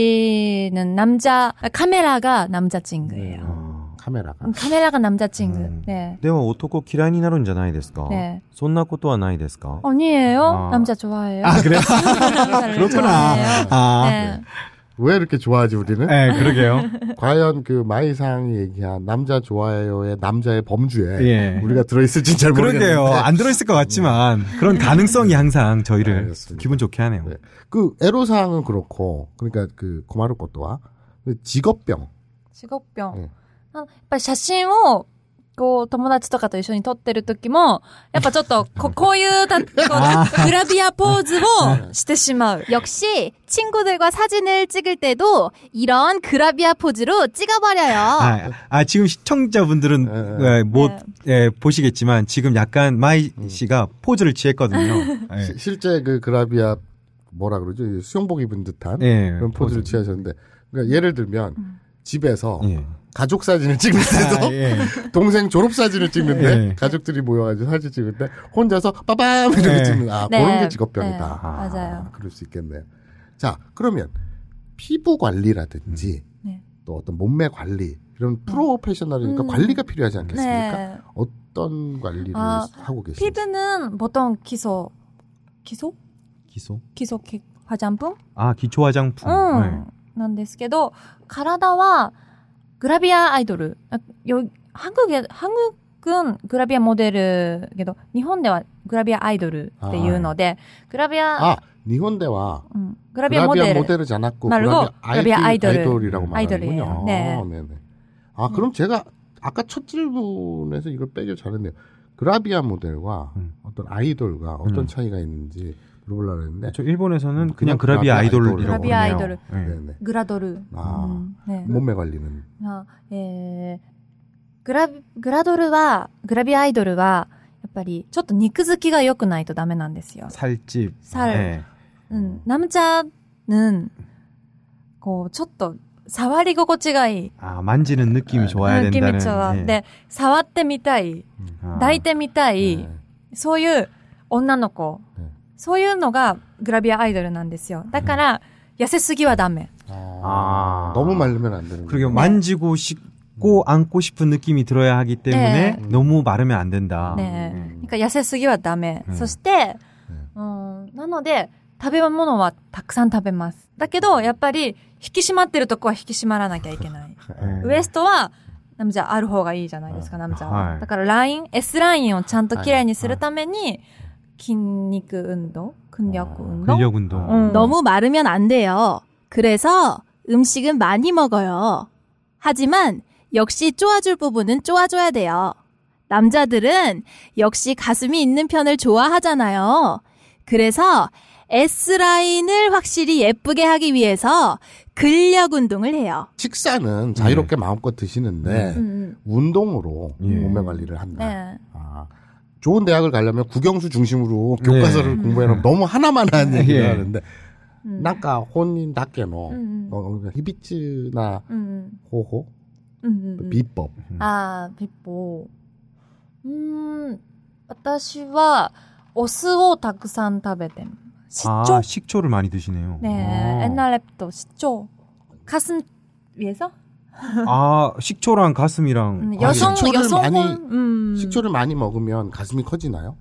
Speaker 5: DVD는 남자, 아, 카메라가 남자친구예요.
Speaker 4: 아,
Speaker 3: 아.
Speaker 5: 음,
Speaker 4: 카메라가
Speaker 5: 카메라가 남자친구.
Speaker 3: 음.
Speaker 5: 네.
Speaker 7: では男嫌いになるんじゃないですか
Speaker 5: ね
Speaker 7: そんなことはないですか
Speaker 5: 아니에요.
Speaker 3: 아.
Speaker 5: 남자 좋아해요.
Speaker 3: 아, 그래요?
Speaker 5: 남자를
Speaker 3: 그렇구나.
Speaker 5: 좋아해요.
Speaker 3: 아.
Speaker 5: 네.
Speaker 4: 왜 이렇게 좋아하지 우리는?
Speaker 3: 예, 그러게요.
Speaker 4: 과연 그 마이상이 얘기한 남자 좋아해요의 남자의 범주에
Speaker 3: 예.
Speaker 4: 우리가 들어있을진 잘 모르겠는데
Speaker 3: 그러게요. 아. 안 들어있을 것 같지만, 그런 가능성이 항상 저희를
Speaker 4: 알겠습니다.
Speaker 3: 기분 좋게 하네요.
Speaker 4: 네. 그 애로사항은 그렇고 그러니까 그 고마루 것도와 그 직업병 네.
Speaker 5: 직업병. 아, やっぱり写真
Speaker 6: 뭐,
Speaker 5: を、こ
Speaker 6: 그
Speaker 5: う、友達とかと一緒に撮ってる時も、やっぱちょっと、こ、こういう、たこうグラビアポーズをしてしまう。
Speaker 6: 뭐 역시 친구들과 사진을 찍을 때도 이런 그라비아 포즈로 찍어버려요.
Speaker 3: 아, 아, 지금 시청자분들은
Speaker 4: 예,
Speaker 3: 예, 못
Speaker 5: 네.
Speaker 3: 예, 보시겠지만 지금 약간 마이 씨가 포즈를 취했거든요.
Speaker 5: 음.
Speaker 3: 예.
Speaker 4: 음. 시- 실제 그 그라비아 뭐라 그러죠 이 수영복 입은 듯한
Speaker 3: 예, 음.
Speaker 4: 그런 포즈를 취하셨는데 그러니까 예를 들면 집에서
Speaker 5: 아,
Speaker 3: 예.
Speaker 4: 가족 사진을 찍을 때도
Speaker 3: 아, 예.
Speaker 4: 동생 졸업 사진을 찍는데
Speaker 3: 예.
Speaker 4: 가족들이 모여가지고 사진 찍는데 혼자서 빠밤 이러고
Speaker 3: 예.
Speaker 4: 찍는 아
Speaker 5: 네.
Speaker 4: 그런 게 직업병이다.
Speaker 5: 네, 맞아요.
Speaker 4: 아, 그럴 수 있겠네요. 자 그러면 피부 관리라든지
Speaker 5: 네.
Speaker 4: 또 어떤 몸매 관리 이런 프로페셔널이니까
Speaker 5: 음.
Speaker 4: 관리가 필요하지 않겠습니까?
Speaker 5: 네.
Speaker 4: 어떤 관리를
Speaker 5: 아,
Speaker 4: 하고 계십니까?
Speaker 5: 피부는 보통 기소, 기소?
Speaker 3: 기소?
Speaker 5: 기소 기- 화장품?
Speaker 3: 아, 기초 화장품. 네.
Speaker 5: うん、なんですけど、体はグラビアアイドル。あよ韓国へ、韓国グラビアモデルけど、日本ではグラビアアイドルっていうので、グラビ
Speaker 4: 아
Speaker 5: ア、
Speaker 4: 니혼대와
Speaker 5: うん、グラビアモ
Speaker 4: 그라비아
Speaker 5: デル。
Speaker 4: 모델을 않았고
Speaker 5: 말고
Speaker 4: 그라비아 아이돌,
Speaker 5: 그라비아 아이돌을-
Speaker 4: 아이돌이라고
Speaker 5: 아이돌이에요.
Speaker 4: 말하는군요.
Speaker 5: 네. 음.
Speaker 4: 아, 네네. 아 그럼 제가 아까 첫 질문에서 이걸 빼길 잘했네요. 그라비아 모델과
Speaker 3: 음.
Speaker 4: 어떤 아이돌과 어떤
Speaker 3: 음.
Speaker 4: 차이가 있는지 물어보려고 했는데
Speaker 3: 저 일본에서는 그냥
Speaker 4: 그냥
Speaker 3: 그라비아
Speaker 4: 그라비아
Speaker 3: 아이돌이라고
Speaker 4: 아이돌.
Speaker 5: 그라비아
Speaker 3: 그러네요.
Speaker 5: 아이돌.
Speaker 3: 예.
Speaker 4: 네네.
Speaker 5: グラドル。
Speaker 4: 아,
Speaker 5: ね
Speaker 4: 몸매 관리는
Speaker 5: あえーグラ、グラドルは、グラビアアイドルは、やっぱりちょっと肉付きが良くないとダメなんですよ。
Speaker 3: 살집.
Speaker 5: 살.
Speaker 3: 예.
Speaker 5: うん、남자 는, 고, ちょっと、触り心地がいい
Speaker 3: 아, 만지는
Speaker 4: 네.
Speaker 3: 느낌이 좋아야 된다는.
Speaker 5: 그 느낌이 좋아. 네.
Speaker 3: 예.
Speaker 5: 근데 触ってみたい、
Speaker 3: 아,
Speaker 5: 抱いてみた
Speaker 4: 네.
Speaker 5: い、そういう女の子
Speaker 4: うん、
Speaker 5: そういうのがグラビアアイドルなんですよ。だから、痩せすぎはダメ。
Speaker 3: 아.
Speaker 4: 너무 말르면 안 되는
Speaker 3: 그리고
Speaker 4: 거예요.
Speaker 3: 만지고 싶고 안고 싶은 느낌이 들어야 하기 때문에
Speaker 5: 네.
Speaker 3: 너무 마르면 안 된다.
Speaker 5: 네.
Speaker 3: 음.
Speaker 5: なんか痩せすぎはダメ。
Speaker 3: うん
Speaker 5: そして、うん、なので、食べ物はたくさん食べます。だけど、やっぱり、引き締まってるとこは引き締まらなきゃいけない。ウエストは、ナムジャある方がいいじゃないですか、ナムジャ
Speaker 3: は
Speaker 5: はいだから、ライン、S ラインをちゃんと綺麗にするために、筋肉運動筋力運動
Speaker 3: 근력 운동. 네.
Speaker 5: 음.
Speaker 6: 너무 마르면 안 돼요. 그래서 음식은 많이 먹어요. 하지만 역시 쪼아줄 부분은 쪼아줘야 돼요. 남자들은 역시 가슴이 있는 편을 좋아하잖아요. 그래서 S라인을 확실히 예쁘게 하기 위해서 근력 운동을 해요.
Speaker 4: 식사는 자유롭게 마음껏 드시는데
Speaker 2: 네.
Speaker 5: うんうん。
Speaker 4: 운동으로
Speaker 3: 네. 예.
Speaker 4: 몸매 관리를 한다.
Speaker 6: 네.
Speaker 5: ねえ
Speaker 4: 아, 좋은 대학을 가려면 국영수 중심으로
Speaker 3: 네.
Speaker 4: 교과서를 공부해놓으면 너무 하나만 하는 얘기를
Speaker 3: 음. 예.
Speaker 4: 하는데
Speaker 5: うん。
Speaker 4: なんか本人だけの、
Speaker 5: うんうん
Speaker 4: の秘密な
Speaker 5: うん
Speaker 4: 方法、
Speaker 5: うん。うんうんうん。
Speaker 4: ビッポ。
Speaker 5: あー、ピッポー。うーん、私は、お酢をたくさん食べてます
Speaker 3: 아,
Speaker 5: 出張
Speaker 3: 식초를 많이 드시네요.
Speaker 5: 네, 옛날에 또 시초 가슴 위에서
Speaker 3: 아, 식초랑 가슴이랑
Speaker 5: 음, 여성
Speaker 4: 식초를
Speaker 5: 여성
Speaker 4: 많이-
Speaker 5: 음,
Speaker 4: 식초를 많이 먹으면 가슴이 커지나요?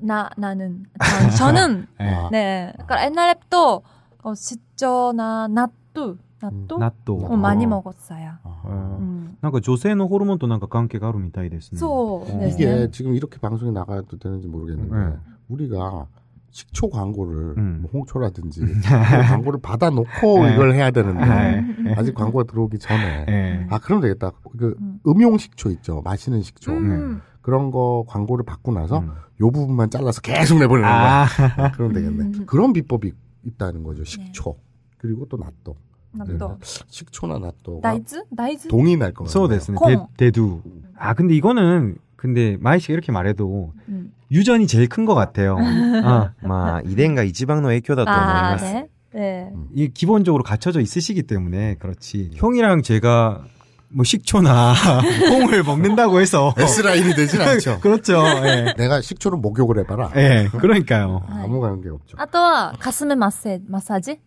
Speaker 5: 나 나는 전- 저는
Speaker 4: 아,
Speaker 5: 네, 그러니까 옛날에 또 어, 시초나 나뚜 나뚜
Speaker 3: 낫도
Speaker 5: 어, 많이 먹었어요.
Speaker 3: 어.
Speaker 5: 음,
Speaker 3: なんか女性のホルモンとなんか関係があるみたいですね。
Speaker 5: そう
Speaker 3: 어.
Speaker 5: です
Speaker 4: 이게
Speaker 5: 네
Speaker 4: 지금 이렇게 방송에 나가도 되는지 모르겠는데
Speaker 3: 네.
Speaker 5: 음.
Speaker 4: 우리가 식초 광고를
Speaker 3: 음.
Speaker 4: 뭐 홍초라든지 그런 광고를 받아놓고
Speaker 3: 네.
Speaker 4: 이걸 해야 되는데
Speaker 5: 음.
Speaker 3: 네.
Speaker 4: 아직 광고가 들어오기 전에
Speaker 3: 예.
Speaker 4: 아 그럼 되겠다. 그
Speaker 5: 음.
Speaker 4: 음용 식초 있죠, 마시는 식초
Speaker 5: 음,
Speaker 4: 그런 거 광고를 받고 나서
Speaker 3: 음.
Speaker 4: 요 부분만 잘라서 계속 내보내는
Speaker 3: 아,
Speaker 4: 거야. 아, 그럼 되겠네.
Speaker 5: 음. 네.
Speaker 4: 그런 비법이 있다는 거죠. 식초 그리고 또 낫또.
Speaker 5: 나또
Speaker 4: 식초나 낫또가
Speaker 5: 나이즈 나이즈
Speaker 4: 동이 날 것 같아요.
Speaker 3: そうですね
Speaker 5: コーン。
Speaker 3: デドゥ。あ、근데이거는 아, 근데 마이 씨가 이렇게 말해도
Speaker 5: 음.
Speaker 3: 유전이 제일 큰 것 같아요. 아,
Speaker 7: まあ、遺伝が一番の影響だと思いま
Speaker 5: 아
Speaker 7: す。
Speaker 5: 네, 네,
Speaker 3: 뭐 이 기본적으로 갖춰져 있으시기 때문에 그렇지. 형이랑 제가 뭐 식초나 콩을 먹는다고 해서
Speaker 4: S 라인이 되진 않죠.
Speaker 3: 그렇죠. 예.
Speaker 4: 내가 식초로 목욕을 해봐라.
Speaker 3: 예, 그러니까요.
Speaker 4: 아무
Speaker 5: 예.
Speaker 4: 관계 없죠.
Speaker 5: あとは가슴 마세 마사지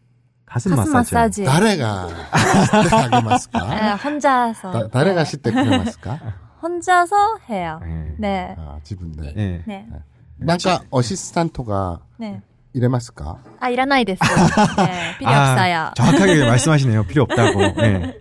Speaker 3: 가슴
Speaker 5: 가슴
Speaker 3: 마사지.
Speaker 5: 마사지
Speaker 4: 나래가
Speaker 5: 네,
Speaker 4: 하기마스까?
Speaker 5: 혼자서
Speaker 4: 나래가 시때 그마스까?
Speaker 5: 혼자서 해요.
Speaker 3: 예.
Speaker 5: 네,
Speaker 4: 아, 지분데.
Speaker 3: 예.
Speaker 5: 네,
Speaker 4: 뭔가 어시스탄토가
Speaker 5: 네.
Speaker 4: 이래마스까?
Speaker 5: 아, 일어나야 됐어요. 네, 필요 없어요.
Speaker 3: 아, 정확하게 말씀하시네요. 필요 없다고. 예.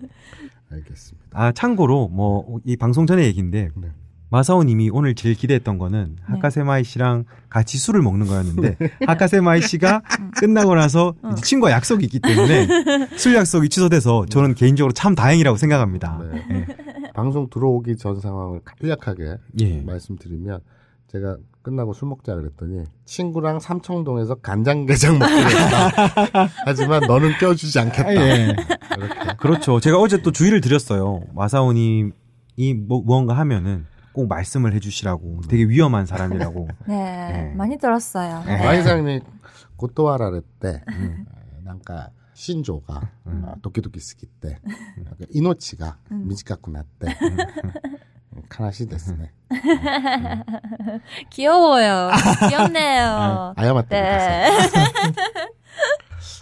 Speaker 4: 알겠습니다.
Speaker 3: 아, 참고로 뭐 이 방송 전에 얘기인데
Speaker 4: 네.
Speaker 3: 마사오 님이 오늘 제일 기대했던 거는
Speaker 5: 네.
Speaker 3: 하카세마이 씨랑 같이 술을 먹는 거였는데 하카세마이 씨가
Speaker 5: 음.
Speaker 3: 끝나고 나서
Speaker 5: 어.
Speaker 3: 이제 친구와 약속이 있기 때문에 술 약속이 취소돼서 저는 개인적으로 참 다행이라고 생각합니다.
Speaker 4: 네. 방송 들어오기 전 상황을 간략하게
Speaker 3: 예.
Speaker 4: 말씀드리면 제가 끝나고 술 먹자 그랬더니 친구랑 삼청동에서 간장게장 먹기로 했다. 하지만 너는 껴주지 않겠다.
Speaker 3: 예.
Speaker 4: 이렇게.
Speaker 3: 그렇죠. 제가 어제 또 주의를 드렸어요. 마사오님이 뭐, 무언가 하면은 꼭 말씀을 해주시라고. 되게 위험한 사람이라고.
Speaker 5: 네,
Speaker 3: 네.
Speaker 5: 많이 들었어요. 네.
Speaker 4: 마이상님이 고토와라 그때
Speaker 3: 예. 음,
Speaker 4: 뭔가 신조가 아, 도끼도끼 쓰기 때 그러니까 이노치가
Speaker 3: 음.
Speaker 4: 미지깎고 났대 카나시 됐으네
Speaker 5: 귀여워요. 귀엽네요.
Speaker 4: 아야마때
Speaker 5: 네.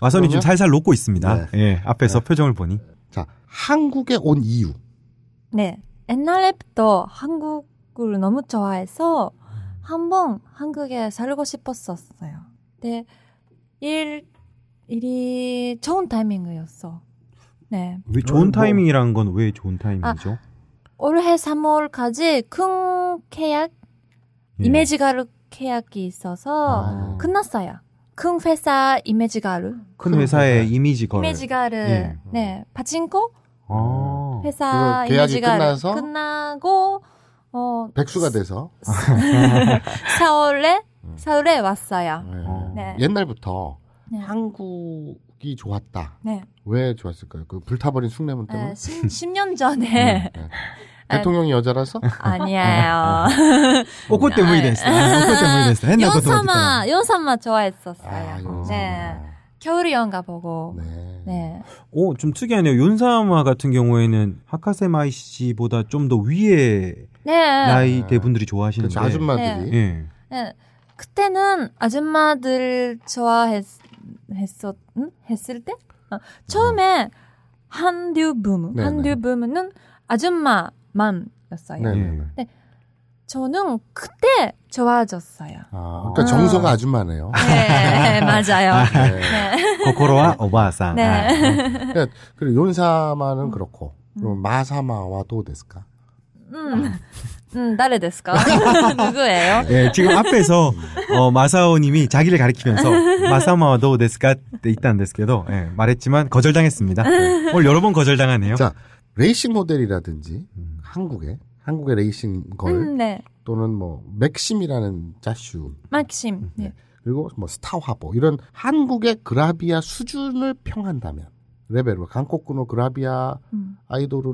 Speaker 3: 마사오님
Speaker 4: 그러면?
Speaker 3: 지금 살살 녹고 있습니다.
Speaker 4: 네.
Speaker 3: 예. 앞에서 표정을 보니.
Speaker 4: 자 한국에 온 이유
Speaker 5: 네. 옛날부터 한국을 너무 좋아해서 한 번 한국에 살고 싶었었어요. 근데 일, 일이 좋은 타이밍이었어. 네.
Speaker 3: 왜
Speaker 4: 어,
Speaker 3: 좋은
Speaker 4: 뭐.
Speaker 3: 타이밍이라는 건 왜
Speaker 5: 아,
Speaker 3: 좋은 타이밍이죠?
Speaker 5: 올해 3월까지 큰 계약,
Speaker 3: 예.
Speaker 5: 이미지 가루 계약이 있어서
Speaker 3: 아.
Speaker 5: 끝났어요. 큰 회사 이미지
Speaker 4: 어,
Speaker 5: 가루.
Speaker 4: 예.
Speaker 3: 큰 회사의
Speaker 4: 네.
Speaker 3: 이미지 걸.
Speaker 5: 이미지 가루.
Speaker 3: 예.
Speaker 5: 네. 파친코?
Speaker 3: 아.
Speaker 5: 회사
Speaker 4: 그거 계약이
Speaker 5: 이미지 가루.
Speaker 4: 끝나서?
Speaker 5: 끝나고, 어,
Speaker 4: 백수가 돼서
Speaker 5: 서울에
Speaker 4: 음.
Speaker 5: 서울에 왔어요.
Speaker 4: 예.
Speaker 5: 네.
Speaker 4: 옛날부터
Speaker 5: 네.
Speaker 4: 한국이 좋았다
Speaker 5: 네.
Speaker 4: 왜 좋았을까요 그 불타버린 숭례문
Speaker 6: 네.
Speaker 4: 때문에
Speaker 5: 에, 10, 년 전에
Speaker 4: 네. 대통령이 여자라서
Speaker 5: 아니에요.
Speaker 3: 오코 아,
Speaker 5: 아,
Speaker 3: 때문이 됐어. 오코 때문이 됐어. 옛날 것도
Speaker 5: 연사마 연사마 좋아했었어요.
Speaker 4: 아,
Speaker 5: 네.
Speaker 4: 여자.
Speaker 6: 겨울을 연가 보고.
Speaker 4: 네.
Speaker 6: 네.
Speaker 3: 오, 어, 좀 특이하네요. 윤사마 같은 경우에는 하카세마이 씨보다 좀 더 위에
Speaker 6: 네.
Speaker 3: 나이대분들이 좋아하시는데.
Speaker 4: 그렇죠. 아줌마들이.
Speaker 3: 예.
Speaker 6: 네. 그때는 아줌마들 좋아했, 했었, 응? 했을 때? 어, 처음에 한류 부문,
Speaker 4: 네,
Speaker 6: 한류
Speaker 4: 네.
Speaker 6: 부문은 아줌마만였어요.
Speaker 4: 네.
Speaker 3: 예.
Speaker 4: 네.
Speaker 6: 저는 그때 좋아졌어요.
Speaker 4: 아, 그러니까 정서가 아줌마네요.
Speaker 6: 네, 맞아요. 네.
Speaker 3: 코코로와 오바상.
Speaker 6: 네.
Speaker 3: 아,
Speaker 4: 그러니까 그리고 윤사마는 그렇고 그럼 마사마와도 데스까?
Speaker 6: 음, 음, 誰ですか? 누구예요?
Speaker 3: 예, 지금 앞에서 어, 마사오님이 자기를 가리키면서 마사마와 도우 데스까 때 있다는 데스게도 예, 말했지만 거절당했습니다. 예. 오늘 여러 번 거절당하네요.
Speaker 4: 자, 레이싱 모델이라든지
Speaker 3: 음.
Speaker 4: 한국의 한국의 레이싱 걸
Speaker 6: 음, 네.
Speaker 4: 또는 뭐 맥심이라는 자슈
Speaker 6: 막심. 네.
Speaker 4: 그리고 뭐 스타화보 이런 한국의 그라비아 수준을 평한다면 레벨로 한국의 그라비아
Speaker 6: 음,
Speaker 4: 아이돌의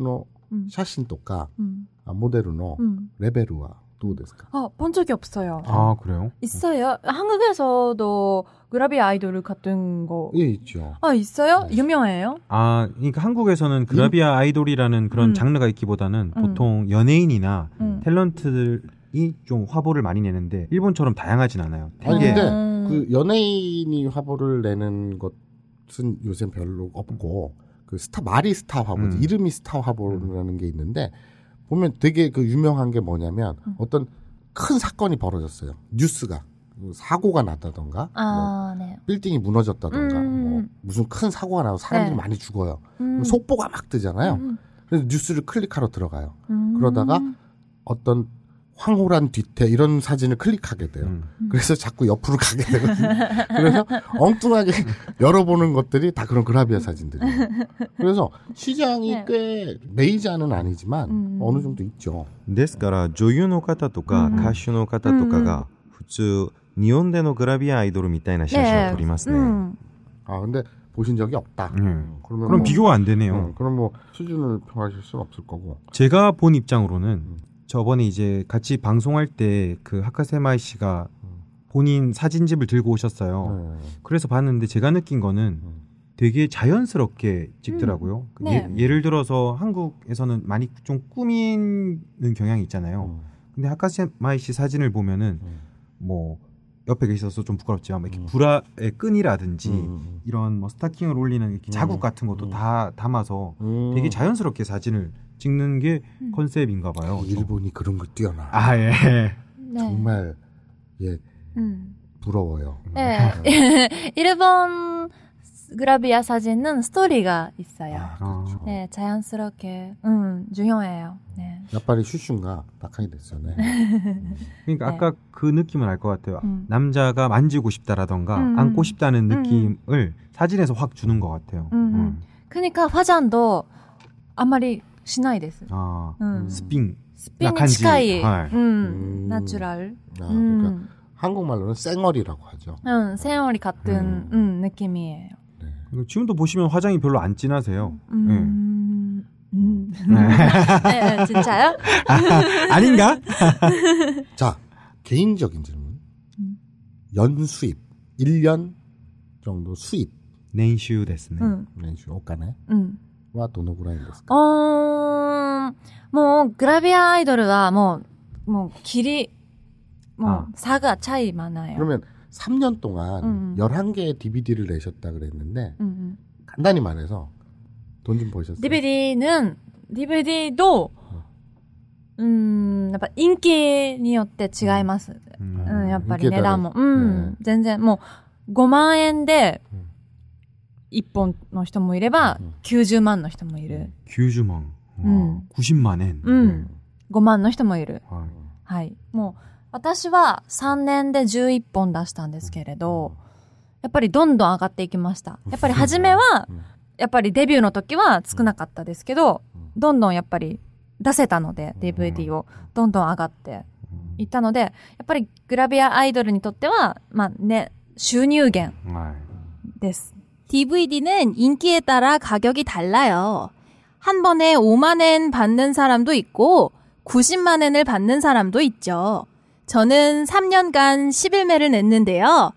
Speaker 6: 음,
Speaker 4: 샤신도가
Speaker 6: 음,
Speaker 4: 아, 모델의
Speaker 6: 음.
Speaker 4: 레벨과 도우데스까? 어,
Speaker 6: 아, 본 적이 없어요.
Speaker 4: 음.
Speaker 3: 아, 그래요?
Speaker 6: 있어요. 한국에서도 그라비아 아이돌 같은 거.
Speaker 4: 예 있죠.
Speaker 6: 아, 있어요?
Speaker 4: 네.
Speaker 6: 유명해요?
Speaker 3: 아, 그러니까 한국에서는 그라비아 아이돌이라는 그런
Speaker 6: 음.
Speaker 3: 장르가 있기보다는
Speaker 6: 음.
Speaker 3: 보통 연예인이나
Speaker 6: 음.
Speaker 3: 탤런트들이 좀 화보를 많이 내는데 일본처럼 다양하진 않아요.
Speaker 4: 아니
Speaker 3: 되게-
Speaker 4: 근데
Speaker 6: 음.
Speaker 4: 그 연예인이 화보를 내는 것은 요새 별로 없고 그 스타 말이 스타 화보
Speaker 3: 음.
Speaker 4: 이름이 스타 화보라는 게 있는데 보면 되게 그 유명한 게 뭐냐면
Speaker 6: 음.
Speaker 4: 어떤 큰 사건이 벌어졌어요 뉴스가 뭐 사고가 났다던가 뭐
Speaker 6: 아, 네.
Speaker 4: 빌딩이 무너졌다던가
Speaker 6: 음.
Speaker 4: 뭐 무슨 큰 사고가 나서 사람들이
Speaker 6: 네.
Speaker 4: 많이 죽어요
Speaker 6: 음.
Speaker 4: 그럼 속보가 막 뜨잖아요
Speaker 6: 음,
Speaker 4: 그래서 뉴스를 클릭하러 들어가요
Speaker 6: 음.
Speaker 4: 그러다가 어떤 황홀한 뒤태 이런 사진을 클릭하게 돼요
Speaker 3: 음.
Speaker 4: 그래서 자꾸 옆으로 가게 되거든요. 그래서 엉뚱하게 열어보는 것들이 다 그런 그라비아 사진들이에요. 그래서 시장이
Speaker 6: 네.
Speaker 4: 꽤 메이저는 아니지만
Speaker 6: 음.
Speaker 4: 어느 정도 있죠.
Speaker 8: ですから女優の方とか
Speaker 6: うん
Speaker 8: 歌手の方とかが普通日本でのグラビアアイドルみたいな写真を撮りますね。
Speaker 6: 음.
Speaker 4: 아 근데 보신 적이 없다.
Speaker 3: 예.
Speaker 4: 그러면
Speaker 3: 그럼
Speaker 4: 뭐,
Speaker 3: 비교가 안 되네요.
Speaker 4: 음, 그럼 뭐 수준을 평하실 수는 없을 거고.
Speaker 3: 제가 본 입장으로는 저번에 이제 같이 방송할 때 그 하카세마이 씨가 본인 사진집을 들고 오셨어요.
Speaker 4: 네.
Speaker 3: 그래서 봤는데 제가 느낀 거는
Speaker 4: 음.
Speaker 3: 되게 자연스럽게 찍더라고요. 그
Speaker 6: 네.
Speaker 3: 예, 를 들어서 한국에서는 많이 좀 꾸미는 경향이 있잖아요.
Speaker 4: 음.
Speaker 3: 근데 하카세마이 씨 사진을 보면은
Speaker 4: 음.
Speaker 3: 뭐 옆에 계셔서 좀 부끄럽지만 뭐 이렇게
Speaker 4: 음.
Speaker 3: 브라의 끈이라든지
Speaker 4: 음.
Speaker 3: 이런 뭐 스타킹을 올리는 이렇게
Speaker 4: 음.
Speaker 3: 자국 같은 것도
Speaker 4: 음.
Speaker 3: 다 담아서
Speaker 4: 음.
Speaker 3: 되게 자연스럽게 사진을 찍는 게
Speaker 6: 음.
Speaker 3: 컨셉인가 봐요.
Speaker 4: 일본이 그런 걸 뛰어나.
Speaker 3: 아 예.
Speaker 6: 네.
Speaker 4: 정말 예
Speaker 6: 음.
Speaker 4: 부러워요.
Speaker 6: 네. 일본 그라비아 사진은 스토리가 있어요.
Speaker 4: 아, 그렇죠.
Speaker 6: 네, 자연스럽게. 음, 중요해요. 네.
Speaker 4: 야빨이 슈슈가 낙하이 됐어요. 네.
Speaker 3: 그러니까
Speaker 6: 네.
Speaker 3: 아까 그 느낌은 알 것 같아요.
Speaker 6: 음.
Speaker 3: 남자가 만지고 싶다라던가
Speaker 6: 음,
Speaker 3: 안고
Speaker 6: 음.
Speaker 3: 싶다는
Speaker 6: 음,
Speaker 3: 느낌을 사진에서 확 주는 것 같아요.
Speaker 6: 음, 음. 그러니까 화장도 아무리 しないです.
Speaker 3: 아
Speaker 6: 음.
Speaker 3: 스핑.
Speaker 6: 스피니
Speaker 3: 약한지.
Speaker 6: 치카이.
Speaker 3: 네.
Speaker 6: 음.
Speaker 4: 음.
Speaker 6: 나추럴.
Speaker 4: 아, 그러니까
Speaker 6: 음.
Speaker 4: 한국말로는 쌩얼이라고 하죠.
Speaker 6: 응, 세월이 같은
Speaker 4: 음.
Speaker 6: 음, 느낌이에요.
Speaker 4: 네.
Speaker 3: 그리고 지금도 보시면 화장이 별로 안 진하세요.
Speaker 6: 음. 음. 네, 진짜요?
Speaker 3: 아닌가?
Speaker 4: 자, 개인적인 질문.
Speaker 6: 음.
Speaker 4: 연수입. 1년 정도 수입.
Speaker 3: 낸슈 데스네.
Speaker 6: 응.
Speaker 4: 연수 옷가네.
Speaker 6: 응.
Speaker 4: はどのぐらいですか
Speaker 6: 어, 뭐, 그라비아 아이돌은 뭐, 뭐, 길이, 뭐,
Speaker 3: 아.
Speaker 6: 사가 차이 많아요.
Speaker 4: 그러면 3년 동안
Speaker 6: 네. 음.
Speaker 4: 11개의 DVD를 내셨다 그랬는데
Speaker 6: 음, 음.
Speaker 4: 간단히 말해서 돈 좀 버셨어요?
Speaker 6: DVD는, DVD도, 음, 약간 인기 によって違います.
Speaker 3: 음.
Speaker 6: うん、やっぱり
Speaker 4: 受けたら
Speaker 6: 値段も。うん、
Speaker 4: ね
Speaker 6: 全然、もう、5万円で
Speaker 4: うん、
Speaker 6: 1本の人もいれば
Speaker 4: うん、
Speaker 6: 90万の人もい
Speaker 5: 예.
Speaker 6: る。
Speaker 3: 규주망. 어,
Speaker 6: 음.
Speaker 3: 90만 엔.
Speaker 6: うん、5万の人もいる。
Speaker 3: 아,
Speaker 6: はい。もう、私は3年で11本出したんですけ
Speaker 4: 어.
Speaker 6: れど、やっぱりどんどん上がっていきました。やっぱり初めは
Speaker 4: うん、
Speaker 6: やっぱりデビューの時は少なかったですけど
Speaker 4: うん、
Speaker 6: どんどんやっぱり出せたので、DVD をどんどん上がっていったので、やっぱりグラビアアイドルにとっては、まあね、収入源
Speaker 3: 아.
Speaker 6: です。
Speaker 9: DVD는 인기에 따라 가격이 달라요. 한 번에 5만엔 받는 사람도 있고 90만엔을 받는 사람도 있죠. 저는 3년간 11매를 냈는데요.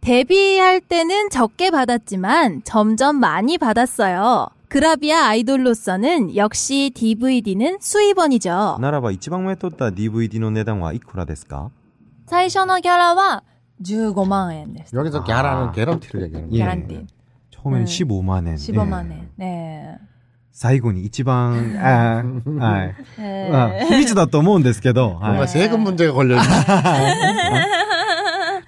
Speaker 6: 데뷔할 때는 적게 받았지만 점점 많이 받았어요. 그라비아 아이돌로서는 역시 DVD는 수입원이죠.
Speaker 7: ならば一番上取った DVD の値段はいくらですか
Speaker 5: 最初のギャラは15万円
Speaker 6: 네.
Speaker 5: です。
Speaker 3: 아.
Speaker 4: 여기서 갸라는 개런티를 얘기하는 거예요.
Speaker 3: 예.
Speaker 5: 개런티.
Speaker 3: 처음에는
Speaker 5: 네.
Speaker 3: 15만 엔.
Speaker 5: 15만
Speaker 3: 예.
Speaker 5: 원. 네.
Speaker 3: 사이군이 이지방 아, 아,
Speaker 5: 음. 네.
Speaker 3: 아, 히미츠다 또 모은 데스케도.
Speaker 4: 뭔가
Speaker 3: 아,
Speaker 4: 세금 문제가 걸려 있는.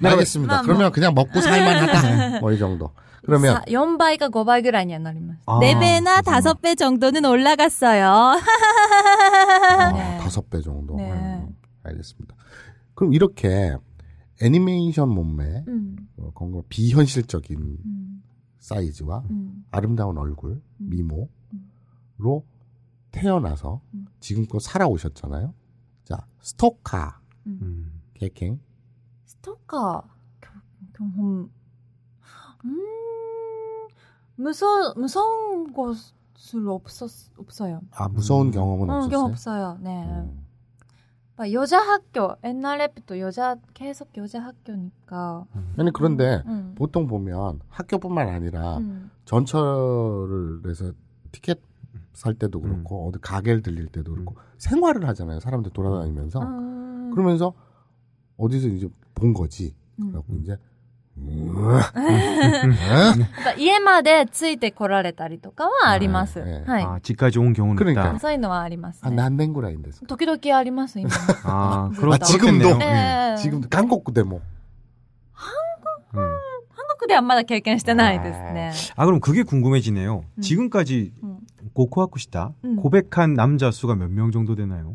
Speaker 4: 네, 알겠습니다. 그러면 그냥 먹고 살만하다. 뭐 이 정도. 그러면
Speaker 5: 4倍か5倍ぐらいにはなります。
Speaker 3: 아,
Speaker 6: 4배나 5배 정도는 올라갔어요.
Speaker 4: 아, 다섯 배 정도.
Speaker 5: 네.
Speaker 4: 음, 알겠습니다. 그럼 이렇게 애니메이션 몸매,
Speaker 5: うん。
Speaker 4: 어, 건강 비현실적인
Speaker 5: うん。
Speaker 4: 사이즈와
Speaker 5: うん。
Speaker 4: 아름다운 얼굴, 미모로 태어나서
Speaker 5: 음.
Speaker 4: 지금껏 살아오셨잖아요. 자, 스토카,
Speaker 3: 음.
Speaker 4: 개캥.
Speaker 5: ストッカー、きょ、きょ、ほん、うーん、 음, 無損、無損고수로없었、없어요。
Speaker 4: 아, 무서운
Speaker 3: 음.
Speaker 4: 경험은
Speaker 5: 응, 게
Speaker 4: 없었어요.
Speaker 5: 없어요. 네.
Speaker 4: 음.
Speaker 5: 막 여자 학교, 옛날에부터 여자, 계속 여자 학교니까. 음,
Speaker 4: 아니, 그런데
Speaker 5: 응.
Speaker 4: 보통 보면 학교뿐만 아니라
Speaker 5: 응.
Speaker 4: 전철에서 티켓 살 때도 그렇고 어디 가게를 들릴 때도 그렇고 생활을 하잖아요. 사람들 돌아다니면서
Speaker 5: 음.
Speaker 4: 어. 그러면서 어디서 이제 본 거지.
Speaker 5: 음.
Speaker 4: 그래갖고 이제 음.
Speaker 5: 그러니까 이에마데 ついてこられたりとかはあります.
Speaker 4: 네, 네.
Speaker 5: はい。
Speaker 3: 아, 집까지 온 경우는
Speaker 4: 그러니까.
Speaker 3: 있다.
Speaker 5: そういうのはあります
Speaker 4: 아
Speaker 5: ね。
Speaker 4: 난냉구라인데서
Speaker 5: 時々あります、今。
Speaker 3: 아,
Speaker 5: 아,
Speaker 3: 그렇,
Speaker 4: 지금도?
Speaker 3: 그렇겠네요. 예.
Speaker 5: 예.
Speaker 4: 지금 강곡구 대모. 뭐.
Speaker 3: 음.
Speaker 5: 韓国ではまだ経験してないですね。
Speaker 3: 아, 그럼 그게 궁금해지네요.
Speaker 5: 음.
Speaker 3: 지금까지
Speaker 5: 음.
Speaker 3: 고쿠아쿠시다
Speaker 5: 음.
Speaker 3: 고백한 남자 수가 몇 명 정도 되나요?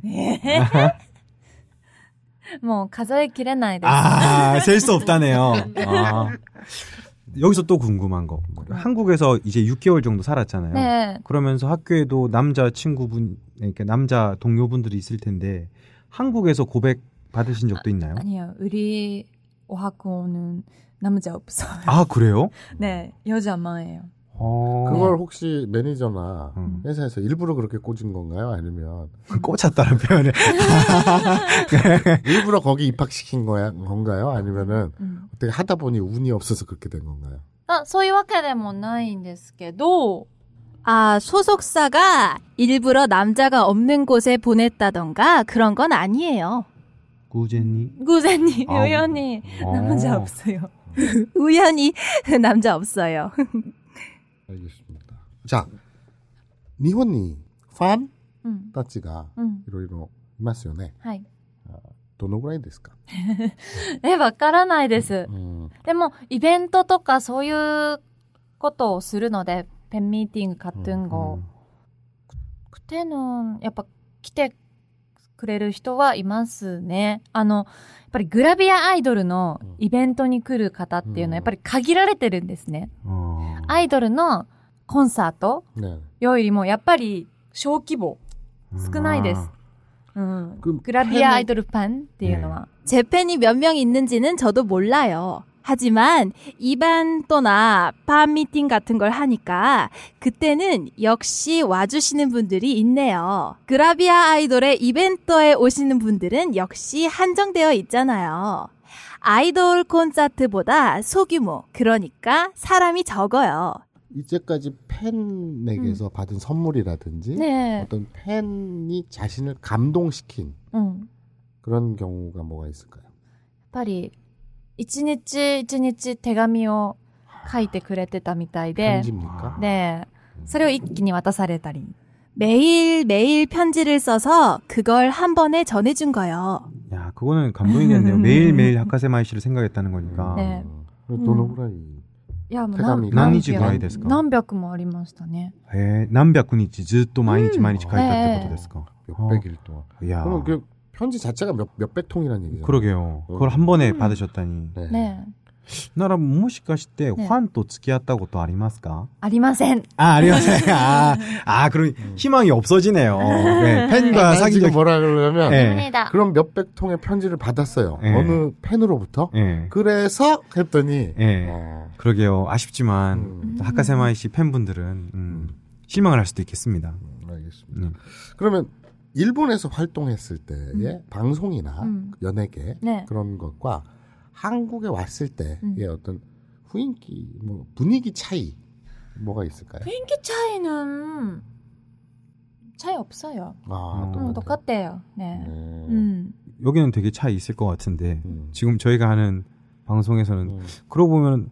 Speaker 5: もう数えきれないです。
Speaker 3: 아, 셀 수 없다네요. 아. 여기서 또 궁금한 거.
Speaker 5: 네.
Speaker 3: 한국에서 이제 6개월 정도 살았잖아요.
Speaker 5: ね
Speaker 3: 그러면서 학교에도 남자 친구분, 그러니까 남자 동료분들이 있을 텐데 한국에서 고백 받으신 적도 있나요?
Speaker 5: 아니요, 우리 오하쿠는 남자 없어요.
Speaker 3: 아 그래요?
Speaker 5: 네, 여자만이에요.
Speaker 3: 어...
Speaker 4: 그걸 혹시 매니저나
Speaker 3: 음.
Speaker 4: 회사에서 일부러 그렇게 꽂은 건가요? 아니면
Speaker 3: 꽂혔다는 표현을.
Speaker 4: 일부러 거기 입학시킨 거야 건가요? 아니면은
Speaker 5: 음.
Speaker 4: 어떻게 하다 보니 운이 없어서 그렇게 된 건가요?
Speaker 5: 아, そういうわけでもないんですけど,
Speaker 6: 아, 소속사가 일부러 남자가 없는 곳에 보냈다던가 그런 건 아니에요.
Speaker 3: 구제니.
Speaker 5: 우연히,
Speaker 3: 아우.
Speaker 5: 우연히 어. 남자 없어요.
Speaker 6: 우연히 남자 없어요.
Speaker 4: 알겠습니다. 자, 니혼이 판
Speaker 5: 음,
Speaker 4: 따찌가
Speaker 5: 음,
Speaker 4: 이로이로 이마스요네.
Speaker 5: はい。
Speaker 4: 도노구라이ですか?
Speaker 5: え、わからないです。
Speaker 4: 음,
Speaker 5: でも、イベントとかそういうことをするので、ペンミーティング、カットゥンゴ。
Speaker 3: 어.
Speaker 5: くての、やっぱ来てくれる人はいますね。あの、やっぱりグラビアアイドルのイベントに来る方ってい
Speaker 4: う
Speaker 5: うの
Speaker 4: ん
Speaker 5: はやっぱり限られてるんですね。
Speaker 3: 어.
Speaker 5: アイドルのコンサート
Speaker 4: 네.
Speaker 5: よりもやっぱり小規模、
Speaker 3: 아.
Speaker 5: 少ないです。うん。
Speaker 4: 그
Speaker 5: グラビアアイドルファンっていうのは。
Speaker 6: 제 팬이 몇 명 있는지는 저도 몰라요. 하지만 이반또나 밤미팅 같은 걸 하니까 그때는 역시 와주시는 분들이 있네요. 그라비아 아이돌의 이벤트에 오시는 분들은 역시 한정되어 있잖아요. 아이돌 콘서트보다 소규모, 그러니까 사람이 적어요.
Speaker 4: 이제까지 팬에게서 받은 선물이라든지
Speaker 5: ね
Speaker 4: 어떤 팬이 자신을 감동시킨
Speaker 5: え。うん。
Speaker 4: 그런 경우가 뭐가 있을까요?
Speaker 5: やっぱり、一日一日手紙を書いてくれてたみたい
Speaker 3: 아,
Speaker 5: で、
Speaker 4: 편지입니까?
Speaker 5: で、それを一気に渡されたり。
Speaker 6: 매일매일 편지를 써서 그걸 한 번에 전해준 거요.
Speaker 3: 야, 그거는 감동이겠네요. 매일매일 하카세마이 씨를 생각했다는 거니까.
Speaker 5: 네.
Speaker 4: 음. 도노구라이.
Speaker 5: 음. いや、もう
Speaker 4: 手紙
Speaker 5: 何
Speaker 4: が何
Speaker 5: 음.
Speaker 3: 日ぐらいですか
Speaker 5: 何百もありましたね。
Speaker 3: 에, 예, 남백군이지, 즈또 마이니치 마이니치
Speaker 4: 음.
Speaker 3: 가있다
Speaker 5: 네.
Speaker 3: 때 것도 됐을까.
Speaker 4: 몇백일 동안.
Speaker 3: 야,
Speaker 4: 그럼 그 편지 자체가 몇, 몇백 통이라는 얘기죠.
Speaker 3: 아. 그러게요. 그걸 한 번에 받으셨다니.
Speaker 4: 네.
Speaker 5: ねえ。
Speaker 3: なら、もしかして、フ
Speaker 5: ね
Speaker 3: ァンと付き合ったことありますか
Speaker 5: ありません。
Speaker 3: 아, 아니었어요. 아, 아, 그럼 희망이 없어지네요. 네, 팬과
Speaker 4: 난
Speaker 3: 사귄
Speaker 4: 지금
Speaker 3: 적.
Speaker 4: 뭐라 그러냐면
Speaker 3: 예.
Speaker 5: だ。
Speaker 4: 그럼 몇백 통의 편지를 받았어요.
Speaker 3: 예.
Speaker 4: 어느 팬으로부터.
Speaker 3: 예.
Speaker 4: 그래서 했더니
Speaker 3: 예.
Speaker 4: 어,
Speaker 3: 그러게요. 아쉽지만
Speaker 4: 음.
Speaker 3: 하카세마이 씨 팬분들은 음, 실망을 할 수도 있겠습니다.
Speaker 4: 알겠습니다.
Speaker 3: 음.
Speaker 4: 그러면 일본에서 활동했을 때의 방송이나
Speaker 5: 음.
Speaker 4: 연예계
Speaker 5: 네.
Speaker 4: 그런 것과 한국에 왔을 때의
Speaker 5: 음.
Speaker 4: 어떤 雰囲기, 뭐 분위기 차이 뭐가 있을까요?
Speaker 5: 인기 차이는 차이 없어요.
Speaker 4: 아,
Speaker 3: 음,
Speaker 5: 음, 똑같대요. 네.
Speaker 4: 네.
Speaker 5: 음.
Speaker 3: 여기는 되게 차이 있을 것 같은데
Speaker 4: 음.
Speaker 3: 지금 저희가 하는 방송에서는
Speaker 4: 음.
Speaker 3: 그러고 보면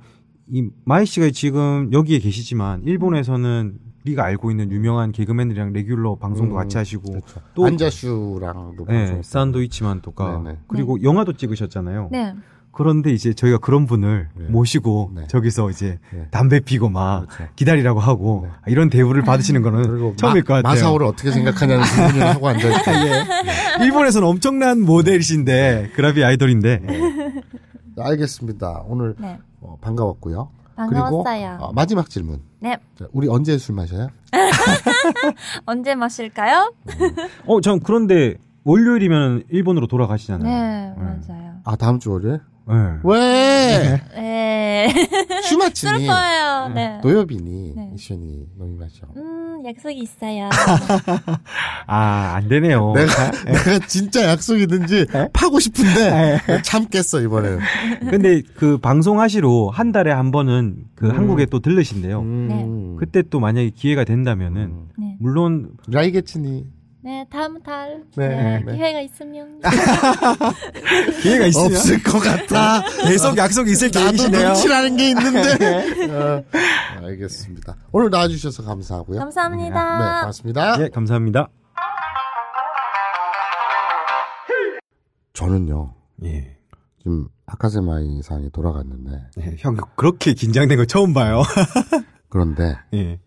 Speaker 3: 이 마이 씨가 지금 여기에 계시지만 일본에서는 우리가 알고 있는 유명한 개그맨들이랑 레귤러 방송도
Speaker 4: 음,
Speaker 3: 같이 하시고
Speaker 4: 그렇죠.
Speaker 3: 또
Speaker 4: 안자슈랑도
Speaker 3: 네,
Speaker 4: 방송했어요.
Speaker 3: 샌드위치만 또
Speaker 4: 네,
Speaker 3: 가
Speaker 4: 네.
Speaker 3: 그리고 영화도 찍으셨잖아요.
Speaker 5: 네.
Speaker 3: 그런데 이제 저희가 그런 분을
Speaker 4: 네.
Speaker 3: 모시고
Speaker 4: 네.
Speaker 3: 저기서 이제
Speaker 4: 네.
Speaker 3: 담배 피고 막
Speaker 4: 그렇죠.
Speaker 3: 기다리라고 하고 아,
Speaker 4: 네.
Speaker 3: 이런 대우를 받으시는
Speaker 4: 그리고
Speaker 3: 거는 처음일 것
Speaker 4: 마,
Speaker 3: 같아요.
Speaker 4: 마사오를 어떻게 생각하냐는 질문을 하고 앉아있고
Speaker 3: 일본에서는 엄청난
Speaker 4: 네.
Speaker 3: 모델이신데 그라비 아이돌인데
Speaker 4: 알겠습니다. 오늘
Speaker 5: 네.
Speaker 4: 어, 반가웠고요.
Speaker 5: 반가웠어요.
Speaker 4: 그리고 어, 마지막 질문.
Speaker 5: 네.
Speaker 4: 자, 우리 언제 술 마셔요?
Speaker 5: 언제 마실까요?
Speaker 3: 어, 참 그런데 월요일이면 일본으로
Speaker 5: 네,
Speaker 3: 돌아가시잖아요.
Speaker 5: 맞아요.
Speaker 4: 아 다음 주 월요일?
Speaker 3: 네.
Speaker 4: 왜?
Speaker 5: 네.
Speaker 4: 슈마치니 음.
Speaker 5: 슬퍼요. 네.
Speaker 4: 노여빈이
Speaker 5: 네.
Speaker 4: 이슈니 노미마셔.
Speaker 5: 음, 약속이 있어요.
Speaker 3: 아, 안 되네요.
Speaker 4: 내가 내가 진짜 약속이든지
Speaker 5: 네.
Speaker 4: 파고 싶은데 참겠어 이번에는.
Speaker 3: 근데 그 방송하시로 한 달에 한 번은 그
Speaker 4: 음.
Speaker 3: 한국에 또 들르신대요.
Speaker 4: 음.
Speaker 3: 그때 또 만약에 기회가 된다면은
Speaker 4: 음.
Speaker 5: 네.
Speaker 3: 물론
Speaker 4: 라이게치니
Speaker 5: 네, 다음 달.
Speaker 4: 네,
Speaker 5: 네, 아,
Speaker 4: 네.
Speaker 5: 기회가 있으면.
Speaker 3: 네. 기회가 있으면
Speaker 4: 없을 것 같아.
Speaker 3: 계속 약속이 있을
Speaker 4: 나도
Speaker 3: 계획이시네요.
Speaker 4: 눈치라는 게 있는데. 어, 알겠습니다. 오늘 나와주셔서 감사하고요. 네,
Speaker 5: 감사합니다.
Speaker 4: 고맙습니다.
Speaker 3: 예, 감사합니다.
Speaker 4: 저는요,
Speaker 3: 예.
Speaker 4: 지금 아카세마이상이 돌아갔는데,
Speaker 3: 네, 형 그렇게 긴장된 거 처음 봐요.
Speaker 4: 그런데
Speaker 3: 예.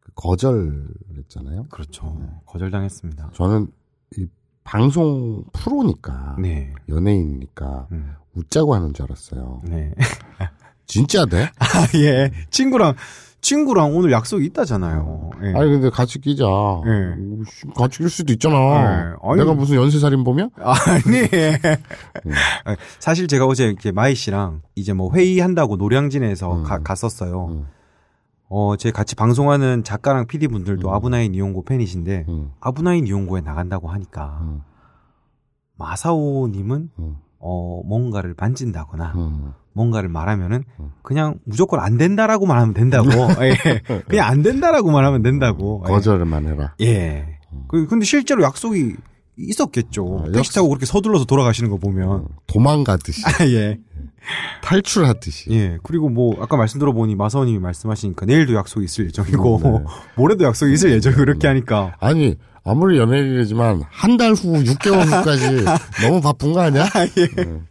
Speaker 4: 그 거절했잖아요.
Speaker 3: 그렇죠. 거절당했습니다.
Speaker 4: 저는 이 방송 프로니까,
Speaker 3: 네.
Speaker 4: 연예인이니까,
Speaker 3: 음.
Speaker 4: 웃자고 하는 줄 알았어요.
Speaker 3: 네.
Speaker 4: 진짜 돼?
Speaker 3: 아, 예. 친구랑 친구랑 오늘 약속이 있다잖아요. 예.
Speaker 4: 아니, 근데 같이 끼자.
Speaker 3: 네.
Speaker 4: 씨, 같이 낄 수도 있잖아.
Speaker 3: 네, 아니.
Speaker 4: 내가 무슨 연쇄살인 보면?
Speaker 3: 아니. 음.
Speaker 4: 예.
Speaker 3: 아니, 사실 제가 어제 이렇게 마이 씨랑 이제 뭐 회의한다고 노량진에서
Speaker 4: 음.
Speaker 3: 가- 갔었어요.
Speaker 4: 음.
Speaker 3: 어, 제 같이 방송하는 작가랑 PD 분들도
Speaker 4: 음.
Speaker 3: 아브나인 이용고 팬이신데
Speaker 4: 음,
Speaker 3: 아브나인 이용고에 나간다고 하니까
Speaker 4: 음,
Speaker 3: 마사오 님은
Speaker 4: 음,
Speaker 3: 어, 뭔가를 만진다거나
Speaker 4: 음.
Speaker 3: 뭔가를 말하면은
Speaker 4: 음.
Speaker 3: 그냥 무조건 안 된다라고만 하면 된다고. 예. 그냥 안 된다라고만 하면 된다고. 예.
Speaker 4: 음. 거절만 해라.
Speaker 3: 예.
Speaker 4: 음.
Speaker 3: 그 근데 실제로 약속이 있었겠죠.
Speaker 4: 아, 음.
Speaker 3: 택시 타고 그렇게 서둘러서 돌아가시는 거 보면.
Speaker 4: 도망가듯이,
Speaker 3: 어. 아, 예.
Speaker 4: 탈출하듯이.
Speaker 3: 예. 그리고 뭐 아까 말씀 들어보니 마사오님이 말씀하시니까 내일도 약속이 있을 예정이고
Speaker 4: 음, 네. 음.
Speaker 3: 모레도 약속이 있을 예정이고 이렇게 하니까
Speaker 4: 아니 아무리 연예인이지만 한 달 후, 6개월 후까지 너무 바쁜 거 아니야?
Speaker 3: 예. 그러니까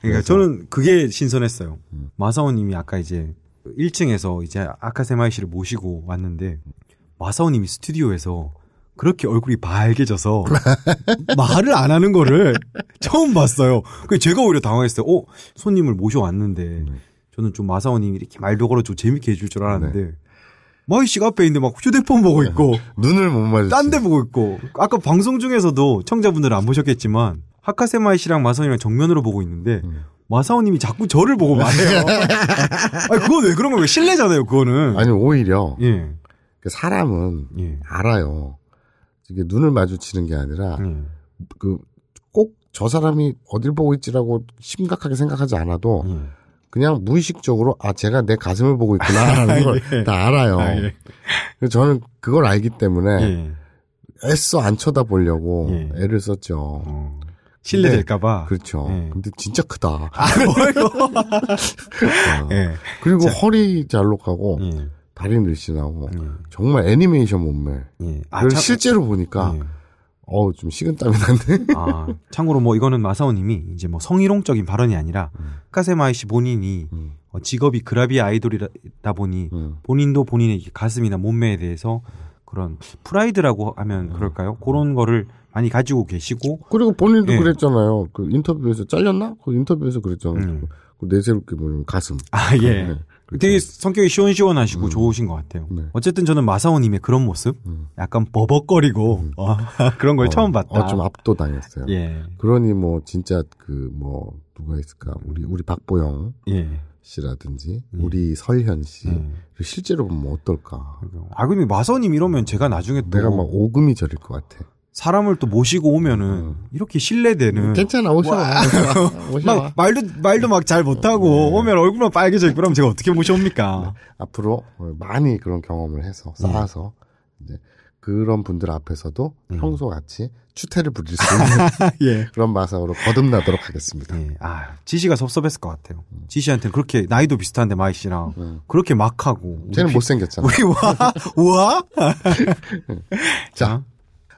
Speaker 4: 그래서-
Speaker 3: 저는 그게 신선했어요.
Speaker 4: 음.
Speaker 3: 마사오님이 아까 이제 1층에서 이제 아카세마이 씨를 모시고 왔는데 마사오님이 스튜디오에서 그렇게 얼굴이 밝게져서 말을 안 하는 거를 처음 봤어요. 그 제가 오히려 당황했어요. 어 손님을 모셔왔는데
Speaker 4: 네.
Speaker 3: 저는 좀 마사오님이 이렇게 말도 걸어주고 재밌게 해줄 줄 알았는데
Speaker 4: 네.
Speaker 3: 마이 씨가 앞에 있는데 막 휴대폰 보고 있고
Speaker 4: 눈을 못 마주.
Speaker 3: 딴 데 보고 있고 아까 방송 중에서도 청자분들은 안 보셨겠지만 하카세마이 씨랑 마사오님이랑 정면으로 보고 있는데 마사오님이 자꾸 저를 보고 말해요. 아니 그건 왜 그런 거예요? 실례잖아요, 그거는.
Speaker 4: 아니 오히려
Speaker 3: 예,
Speaker 4: 그 사람은
Speaker 3: 예,
Speaker 4: 알아요. 이게 눈을 마주치는 게 아니라
Speaker 3: 예,
Speaker 4: 그 꼭 저 사람이 어딜 보고 있지라고 심각하게 생각하지 않아도
Speaker 3: 예.
Speaker 4: 그냥 무의식적으로 아 제가 내 가슴을 보고 있구나라는 걸 다 알아요.
Speaker 3: 아, 예,
Speaker 4: 그래서 저는 그걸 알기 때문에
Speaker 3: 예.
Speaker 4: 애써 안 쳐다보려고
Speaker 3: 예.
Speaker 4: 애를 썼죠.
Speaker 3: 어, 실례될까봐.
Speaker 4: 그렇죠.
Speaker 3: 예.
Speaker 4: 근데 진짜 크다. 어.
Speaker 3: 예,
Speaker 4: 그리고 어.
Speaker 3: 자.
Speaker 4: 허리 잘록하고
Speaker 3: 예,
Speaker 4: 다리 늘씬하고
Speaker 3: 예,
Speaker 4: 정말 애니메이션 몸매.
Speaker 3: 예.
Speaker 4: 그걸
Speaker 3: 참-
Speaker 4: 실제로 보니까
Speaker 3: 예.
Speaker 4: 어우 좀 식은땀이 나네.
Speaker 3: 아, 참고로 뭐 이거는 마사오님이 이제 뭐 성희롱적인 발언이 아니라 카세마이 씨 본인이
Speaker 4: 음,
Speaker 3: 어, 직업이 그라비 아이돌이다 보니
Speaker 4: 음.
Speaker 3: 본인도 본인의 이 가슴이나 몸매에 대해서 그런 프라이드라고
Speaker 4: 음.
Speaker 3: 하면 그럴까요? 그런 거를 많이 가지고 계시고
Speaker 4: 그리고 본인도
Speaker 3: 예.
Speaker 4: 그랬잖아요. 그 인터뷰에서 잘렸나? 그 인터뷰에서 그랬잖아요.
Speaker 3: 음.
Speaker 4: 그 내세롭게 보면 가슴.
Speaker 3: 아 예.
Speaker 4: 네.
Speaker 3: 되게 성격이 시원시원하시고
Speaker 4: 음.
Speaker 3: 좋으신 것 같아요.
Speaker 4: 네.
Speaker 3: 어쨌든 저는 마사오님의 그런 모습,
Speaker 4: 음.
Speaker 3: 약간 버벅거리고 어, 그런 걸
Speaker 4: 어,
Speaker 3: 처음 봤다.
Speaker 4: 어, 좀 압도당했어요.
Speaker 3: 예,
Speaker 4: 그러니 뭐 진짜 그 뭐 누가 있을까? 우리 우리 박보영
Speaker 3: 예.
Speaker 4: 씨라든지
Speaker 3: 예.
Speaker 4: 우리 설현 씨
Speaker 3: 예.
Speaker 4: 실제로 보면 뭐 어떨까?
Speaker 3: 음. 아 근데 마사오님 이러면 제가 나중에 또
Speaker 4: 뭐 내가 막 오금이 저릴 것 같아.
Speaker 3: 사람을 또 모시고 오면은
Speaker 4: 음.
Speaker 3: 이렇게 신뢰되는
Speaker 4: 괜찮아 오셔와 오셔와
Speaker 3: 음. 막 말도 말도 막 잘 못하고
Speaker 4: 음.
Speaker 3: 오면 얼굴만 빨개져 있고 그럼 제가 어떻게 모셔옵니까?
Speaker 4: 앞으로 많이 그런 경험을
Speaker 3: 음.
Speaker 4: 해서 쌓아서 이제 그런 분들 앞에서도
Speaker 3: 음.
Speaker 4: 평소 같이 추태를 부릴 수 있는
Speaker 3: 예.
Speaker 4: 그런 마상으로 거듭나도록 하겠습니다.
Speaker 3: 네. 아 지시가 섭섭했을 것 같아요. 지시한테 는 그렇게 나이도 비슷한데 마이 씨랑 그렇게 막하고 음. 우리
Speaker 4: 네. 쟤는
Speaker 3: 피-
Speaker 4: 못생겼잖아.
Speaker 3: 우리 와 우와
Speaker 4: 자,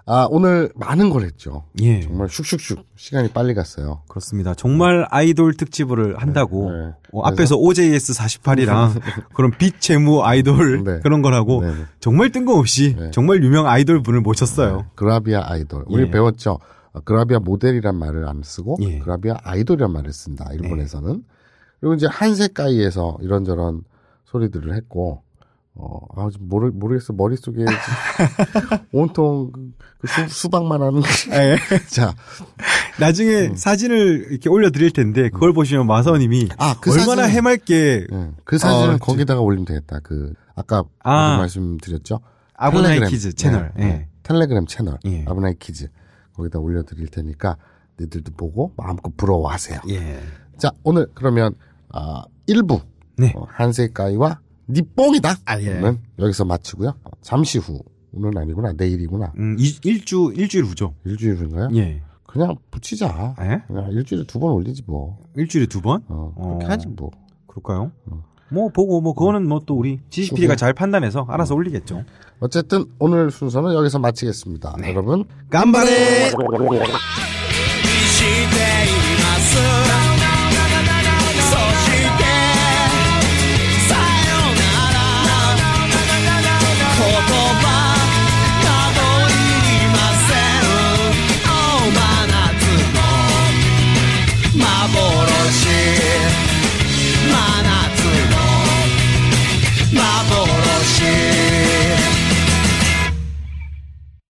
Speaker 4: 아 오늘 많은 걸 했죠.
Speaker 3: 예
Speaker 4: 정말 슉슉슉 시간이 빨리 갔어요.
Speaker 3: 그렇습니다. 정말 아이돌 특집을 한다고
Speaker 4: 네.
Speaker 3: 어, 앞에서 OJS 48이랑 그런 빛 재무 아이돌
Speaker 4: 네.
Speaker 3: 그런 거라고
Speaker 4: 네, 네.
Speaker 3: 정말 뜬금없이
Speaker 4: 네.
Speaker 3: 정말 유명 아이돌 분을 모셨어요.
Speaker 4: 그라비아 아이돌. 우리
Speaker 3: 예.
Speaker 4: 배웠죠. 어, 그라비아 모델이란 말을 안 쓰고
Speaker 3: 예.
Speaker 4: 그라비아 아이돌이란 말을 쓴다. 일본에서는. 그리고 이제 한색가이에서 이런저런 소리들을 했고 어, 아, 지금 모르, 모르겠어. 머릿속에 지금 온통 그 수, 수박만 하는.
Speaker 3: 예.
Speaker 4: 자, 네.
Speaker 3: 나중에
Speaker 4: 음.
Speaker 3: 사진을 이렇게 올려드릴 텐데 그걸 보시면 마사오님이
Speaker 4: 아, 그
Speaker 3: 얼마나
Speaker 4: 사진은-
Speaker 3: 해맑게
Speaker 4: 예. 그 사진은
Speaker 3: 어,
Speaker 4: 거기다가 올리면 되겠다. 그, 아까 그
Speaker 3: 아.
Speaker 4: 말씀드렸죠.
Speaker 3: 아브나이
Speaker 4: 텔레그램.
Speaker 3: 키즈 채널
Speaker 4: 네, 네. 텔레그램 채널.
Speaker 3: 예.
Speaker 4: 아브나이 키즈. 거기다 올려드릴 테니까 니들도 보고 마음껏 부러워하세요.
Speaker 3: 예. 예.
Speaker 4: 자, 오늘 그러면 아 1부 어,
Speaker 3: 네.
Speaker 4: 한세가이와 니뽕이다.
Speaker 3: 아, 예.
Speaker 4: 는 여기서 마치고요. 어, 잠시 후는 아니구나. 내일이구나.
Speaker 3: 음, 이- 일주 일주일 후죠.
Speaker 4: 일주일 후인가요?
Speaker 3: 예.
Speaker 4: 그냥 붙이자.
Speaker 3: 예?
Speaker 4: 그냥 일주일에 두 번 올리지 뭐.
Speaker 3: 일주일에 두 번?
Speaker 4: 어, 그렇게
Speaker 3: 어.
Speaker 4: 하지 뭐.
Speaker 3: 그럴까요?
Speaker 4: 음.
Speaker 3: 뭐 보고 뭐 그거는 뭐 또 우리 지식 PD가 잘 판단해서 알아서 올리겠죠.
Speaker 4: 어쨌든 오늘 순서는 여기서 마치겠습니다.
Speaker 3: 네.
Speaker 4: 여러분
Speaker 3: 간발의
Speaker 10: しています
Speaker 2: 네.